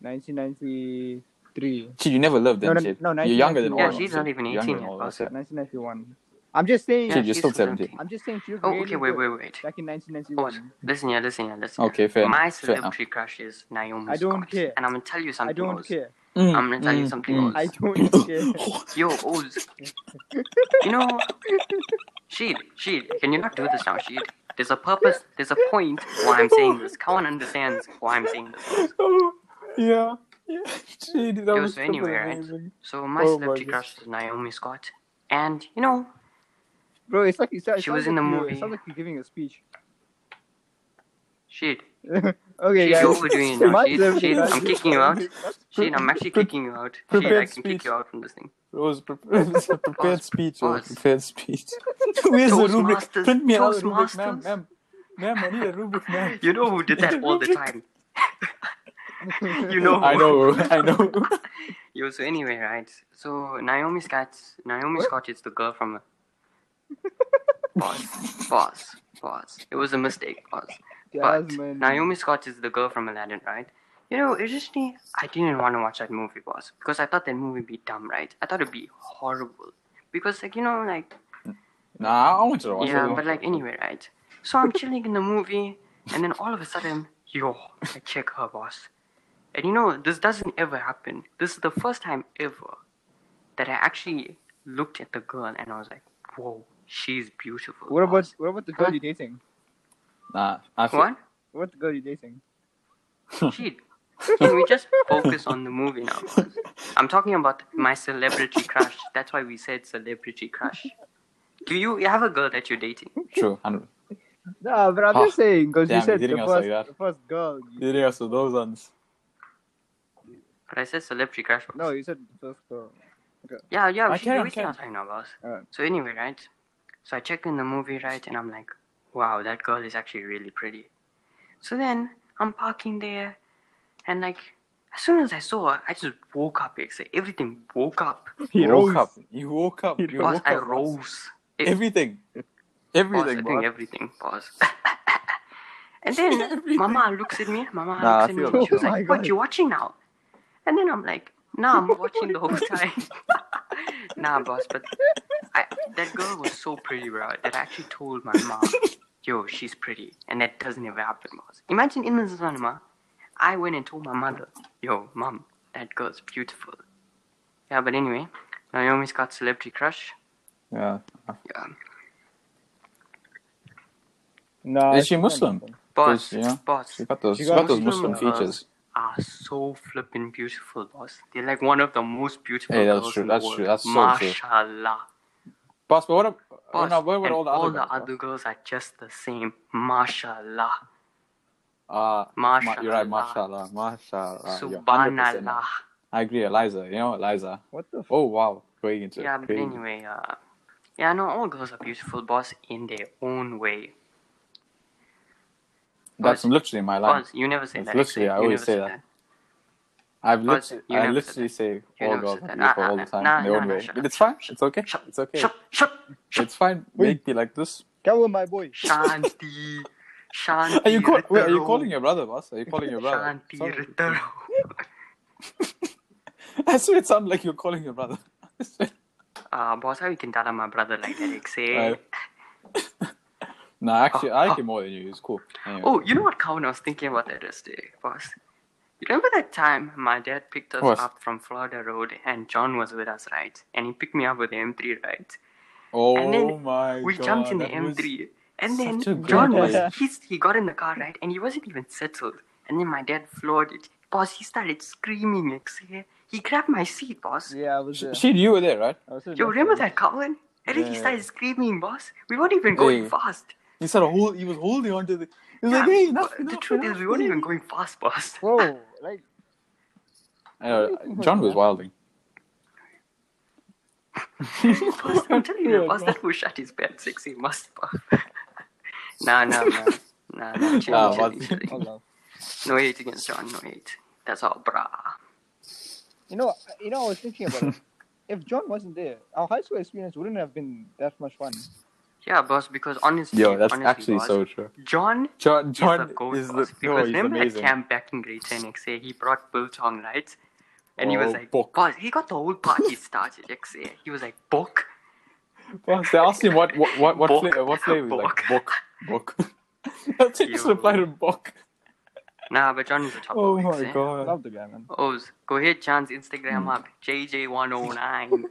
1993, She, you never lived, did No, no, shit. no, You're younger than 1991. all Yeah, of us. she's not shit. even You're younger 18 than yet, all of us, boss. shit. 1991. I'm just saying. Yeah, Shit, you're she's still 17. seventeen. I'm just saying she was Oh, really okay, wait, good wait, wait. back in Oh, 1991. listen here, listen here, listen here. Okay, fair My enough, fair enough. celebrity crush is Naomi I don't Scott. care. And I'm gonna tell you something. I don't Oz. care. Mm, I'm gonna tell you mm, something, mm. Oz. I don't care. Yo, Oz. you know, Sheed, Sheed, can you not do this now, Sheed? There's a purpose, there's a point why I'm saying this. Cowan understands why I'm saying this. Oh, yeah. Yeah. Gee, It that was was fucking anywhere, right? amazing. So my Oh my celebrity goodness. crush is Naomi Scott. And, you know, Bro, it's like it's, it She sounds was in like the you- movie. It sounds like you're giving a speech. Sheed, okay, Sheed, guys. you're overdoing it now. My Sheed, celebrity Sheed, crush I'm is kicking you out. Naomi Scott. Sheed, I'm actually Pre- kicking you out. Sheed, I prepared can kick speech. you out from this thing. Rose, prepare, it's a prepared Pause, speech. Rose, pause. prepared speech. Where's the rubric? Toastmasters, Print me another rubric, Toastmasters. ma'am, ma'am. Ma'am, I need a rubric, ma'am. You know who did that all the time. you know who. I know, I know. Yo, so anyway, right? So Naomi Scott, Naomi Scott is the girl from. Pause, pause, pause. It was a mistake. Pause. Jasmine. But Naomi Scott is the girl from Aladdin, right? You know, originally I didn't want to watch that movie, boss, because I thought that movie would be dumb, right? I thought it'd be horrible, because like you know, like nah, I wanted to watch yeah, it. but like anyway, right? So I'm chilling in the movie, and then all of a sudden, yo, I check her, boss, and you know this doesn't ever happen. This is the first time ever that I actually looked at the girl and I was like, whoa, she's beautiful. What about boss. what about the girl Huh? you're dating? Nah, I feel, what? What the girl you're dating? Shit. Can we just focus on the movie now? I'm talking about my celebrity crush. That's why we said celebrity crush. Do you you have a girl that you're dating? True. I don't- Nah, but I'm Ah, just saying because you damn, said you're the getting us first, like that. the first girl. You, Yeah, so those ones. But I said celebrity crush. no, you said the first girl. Yeah, yeah, I Uh. we can, should I we can. can outside now, boss. Alright. So anyway, right? So I check in the movie, right, and I'm like, wow, that girl is actually really pretty. So then I'm parking there, and like, as soon as I saw her, I just woke up. It's like everything woke up. He woke rose. up. You woke up. He You Boss, woke I up. rose. It- Everything. Pause, Everything, I think boss. everything. Pause. and then Everything. Mama looks at me. Mama Nah, I looks at me. feel and that, She was yeah. like, Oh my "What you watching now?" And then I'm like, "Nah, I'm watching the whole time." nah, boss. But I, that girl was so pretty, bro. That I actually told my mom, "Yo, she's pretty," and that doesn't ever happen, boss. Imagine in this cinema, I went and told my mother, "Yo, mom, that girl's beautiful." Yeah, but anyway, Naomi's got celebrity crush. Yeah. Yeah. Nah, Is she she's not Muslim? Boss, Because, yeah, boss. She got those, She she got got those Muslim Muslim girls. features. are so flippin' beautiful, boss. They're like one of the most beautiful Hey, that's girls true, in the that's world. true, that's so true. Mashallah. Boss, but what? ab- Oh, Boss, no, where were and all the other girls, bro? other girls are just the same. Mashallah. Uh, ma- Mashallah. you're right, mashallah, mashallah. You're 100% Subhanallah. right. I agree, Eliza. You know, Eliza. What the? F- Oh, wow. Going into Yeah, but crazy. anyway, uh, yeah, no, all girls are beautiful, boss, in their own way. That's literally my line. Boss, you never say It's that. literally, actually. I You always never say said that. I've Boss, literally, you I never said literally say You all never girls said are that. beautiful Nah, all nah, the time nah, in their nah, own nah, way. shut But up, it's fine. It's okay. Shut- It's okay. Shut, shut, shut. It's fine. Make me like this. Go on, my boy. Shanti. Shanti. Are you call- wait, are you Ritaro. calling your brother, boss? Are you calling your brother? Shanti Sorry. Ritaro. I swear it sounded like you're calling your brother. Uh, boss, how you can tell I'm my brother like that, X, eh? Uh, nah, actually, I like him more than you. It's cool. Anyway. Oh, you know what, Calvin? I was thinking about that yesterday, boss. You remember that time my dad picked us What? up from Florida Road and John was with us, right? And he picked me up with the M3, right? Oh, and then my we god. jumped in the that was- M3. And such a then good John was, idea. he's, he got in the car, right? And he wasn't even settled. And then my dad floored it. Boss, he started screaming, X, eh? He grabbed my seat, boss. Yeah, I was Sh- there. Shit, you were there, right? I was You remember that, Calvin? And then he Yeah. started screaming, boss. We weren't even going Hey. fast. He said, hold, he was holding onto the. He was Yeah, like, hey, but enough, the enough, truth enough, is, we weren't hey." even going fast, boss. Whoa, like Anyway, John was wilding. Boss, I'm telling you, Yeah, boss, bro. that who shot his bed sexy must buff. nah, nah, nah. Nah, nah, chill, Ah, chill, but- chill. oh, no. No hate against John, no hate. That's all, brah. You know, you know, I was thinking about it. If John wasn't there, our high school experience wouldn't have been that much fun. Yeah, boss, because honestly, Yo, that's honestly, actually boss, so true. John John, John is the goat, is the. boss. No, Because he's remember amazing. that camp back in grade 10 XA, he brought Bill Chong, right? And he was Oh, like, Bok. boss, he got the whole party started, XA. He was like, Bok, Boss, they asked him what what what what, Bok. flavor, what flavor? He's like Bok. bok bok. I think he just Yo. replied in bok. Nah, but John is a top Oh of my XA. I god. love the guy, man. Oz, go hit John's Hmm. Instagram up, JJ109.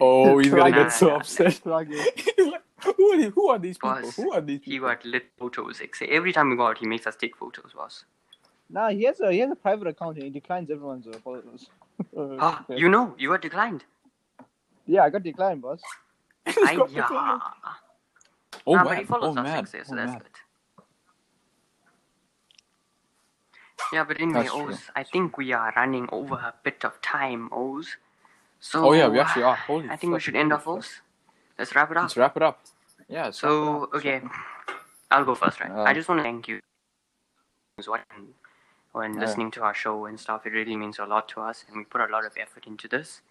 Oh, he's gonna Nah, get so nah, upset. Plug it. He's like, who are these? Who are these people? Boss, Who are these he people? got lit photos. Like, say, every time we go out, he makes us take photos, boss. Ah, Nah, he has a he has a private account and he declines everyone's uh, followers. Uh, Ah, you know, you got declined. Yeah, I got declined, boss. He's I, got yeah. declined. Oh nah, but he man! follows Oh us, man! Like, say, so Oh that's man! good. Yeah, but anyway, That's true. Oz, I think we are running over a bit of time, Oz. So, Oh, yeah, we actually are. Holy I think we fuck, should end holy off, Oz. Let's wrap it up. Let's wrap it up. Yeah. let's wrap it So up. okay, I'll go first, right? I Um, just want to thank you. When, when Yeah. listening to our show and stuff, it really means a lot to us, and we put a lot of effort into this.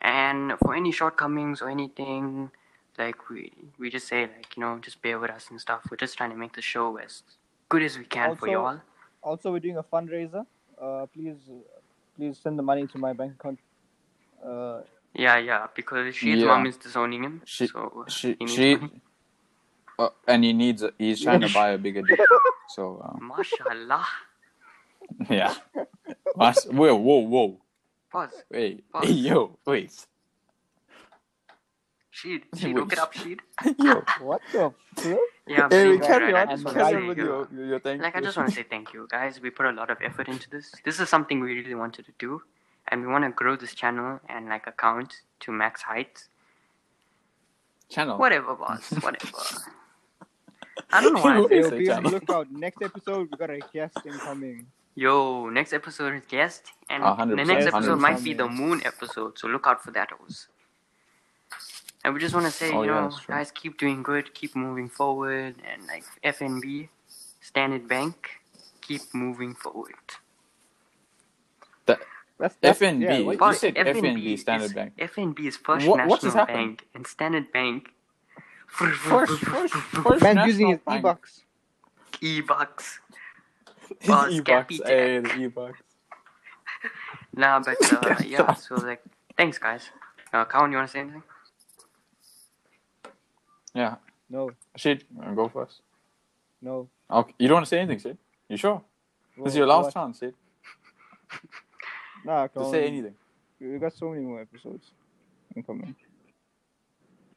And for any shortcomings or anything, like we we just say like you know just bear with us and stuff. We're just trying to make the show as good as we can for Also- you all. Also, we're doing a fundraiser. Uh, please, please send the money to my bank account. Uh, Yeah, yeah, because she's Yeah. mom is disowning him, She- so She he needs she. money. Uh, and he needs. A, he's trying to buy a bigger dick. So um, Mashallah, yeah. Mas- whoa whoa whoa! pause. Wait, Pause. hey, yo, wait, Sheed, He sheed, look it was- up, sheed. yo. what the fuck? Yeah, Hey, we please, carry right, I on, just we wanna carry say, on yeah. your thank Like, I you. just want to say thank you, guys. We put a lot of effort into this. This is something we really wanted to do, and we want to grow this channel and like account to max height. channel. Whatever, boss. Whatever. I don't know why. I Please Yo, said- say be on channel. the lookout. Next episode, we got a guest incoming. Yo, next episode is guest, and A hundred the next percent, episode hundred might be the percent. moon episode, so look out for that, Oz. And we just want to say, Oh, you yeah, know, that's true. guys, keep doing good, keep moving forward, and like FNB, Standard Bank, keep moving forward. That's, FNB. yeah, what- Boss, But said FNB, FNB, Standard is, Bank. FNB is First What- what National just happened? Bank, and Standard Bank, First, first, first Man's national using his bank. e-bucks. e-bucks. His Boss, e-bucks, Capitec. eh, the e-bucks. Nah, but uh, yeah. So like, thanks guys. Uh, Kawan, you wanna say anything? Yeah, No, shit, uh, go first. no. Okay, you don't want to say anything, shit. You sure? This is your last chance, shit, time. Nah, come to on. say anything. We got so many more episodes incoming.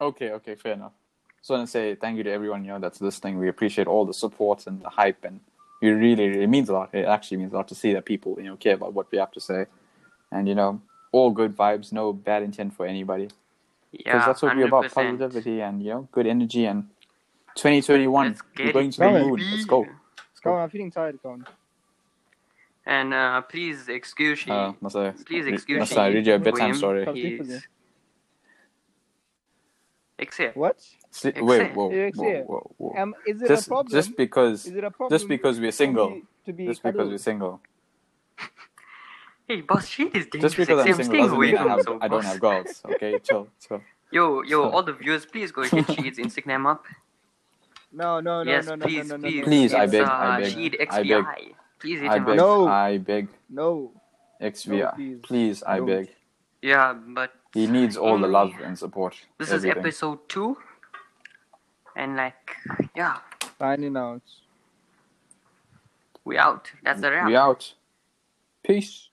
Okay, okay, fair enough. So I want to say thank you to everyone you know that's listening. We appreciate all the support and the hype, and it really, really means a lot. It actually means a lot to see that people you know care about what we have to say, and you know all good vibes, no bad intent for anybody. because Yeah, that's what we're about 100%. positivity and you know good energy and 2021 Let's get we're going it, to the baby. moon let's go Go on, I'm feeling tired, go on. And uh, please excuse me. uh, must I, Please re- excuse must me, I read you a bedtime William. story Come He's- differently. Except What? Sli- Except- wait whoa, Yeah, whoa, except- whoa, whoa. Um, is it a just problem? just because is it a problem? just because we're for single me to be just because cuddled? we're single hey, boss, she is dangerous. just because Except I'm I'm single staying doesn't away mean I, from have, so I don't boss. have girls okay chill chill Yo, yo, So- all the viewers, please go hit Sheed's Instagram up. No, no, no, yes, no, no, please, no, no, no, please, no. Please, I it's, beg, uh, I beg, Sheed I XBI. beg. Please hit I him beg up. No. I beg No. XVR No, please. please. I Don't. beg Yeah, but he needs all the Anyway, love and support Um, this everything. is episode two, and like, yeah, Signing out. we out. That's the wrap. we out peace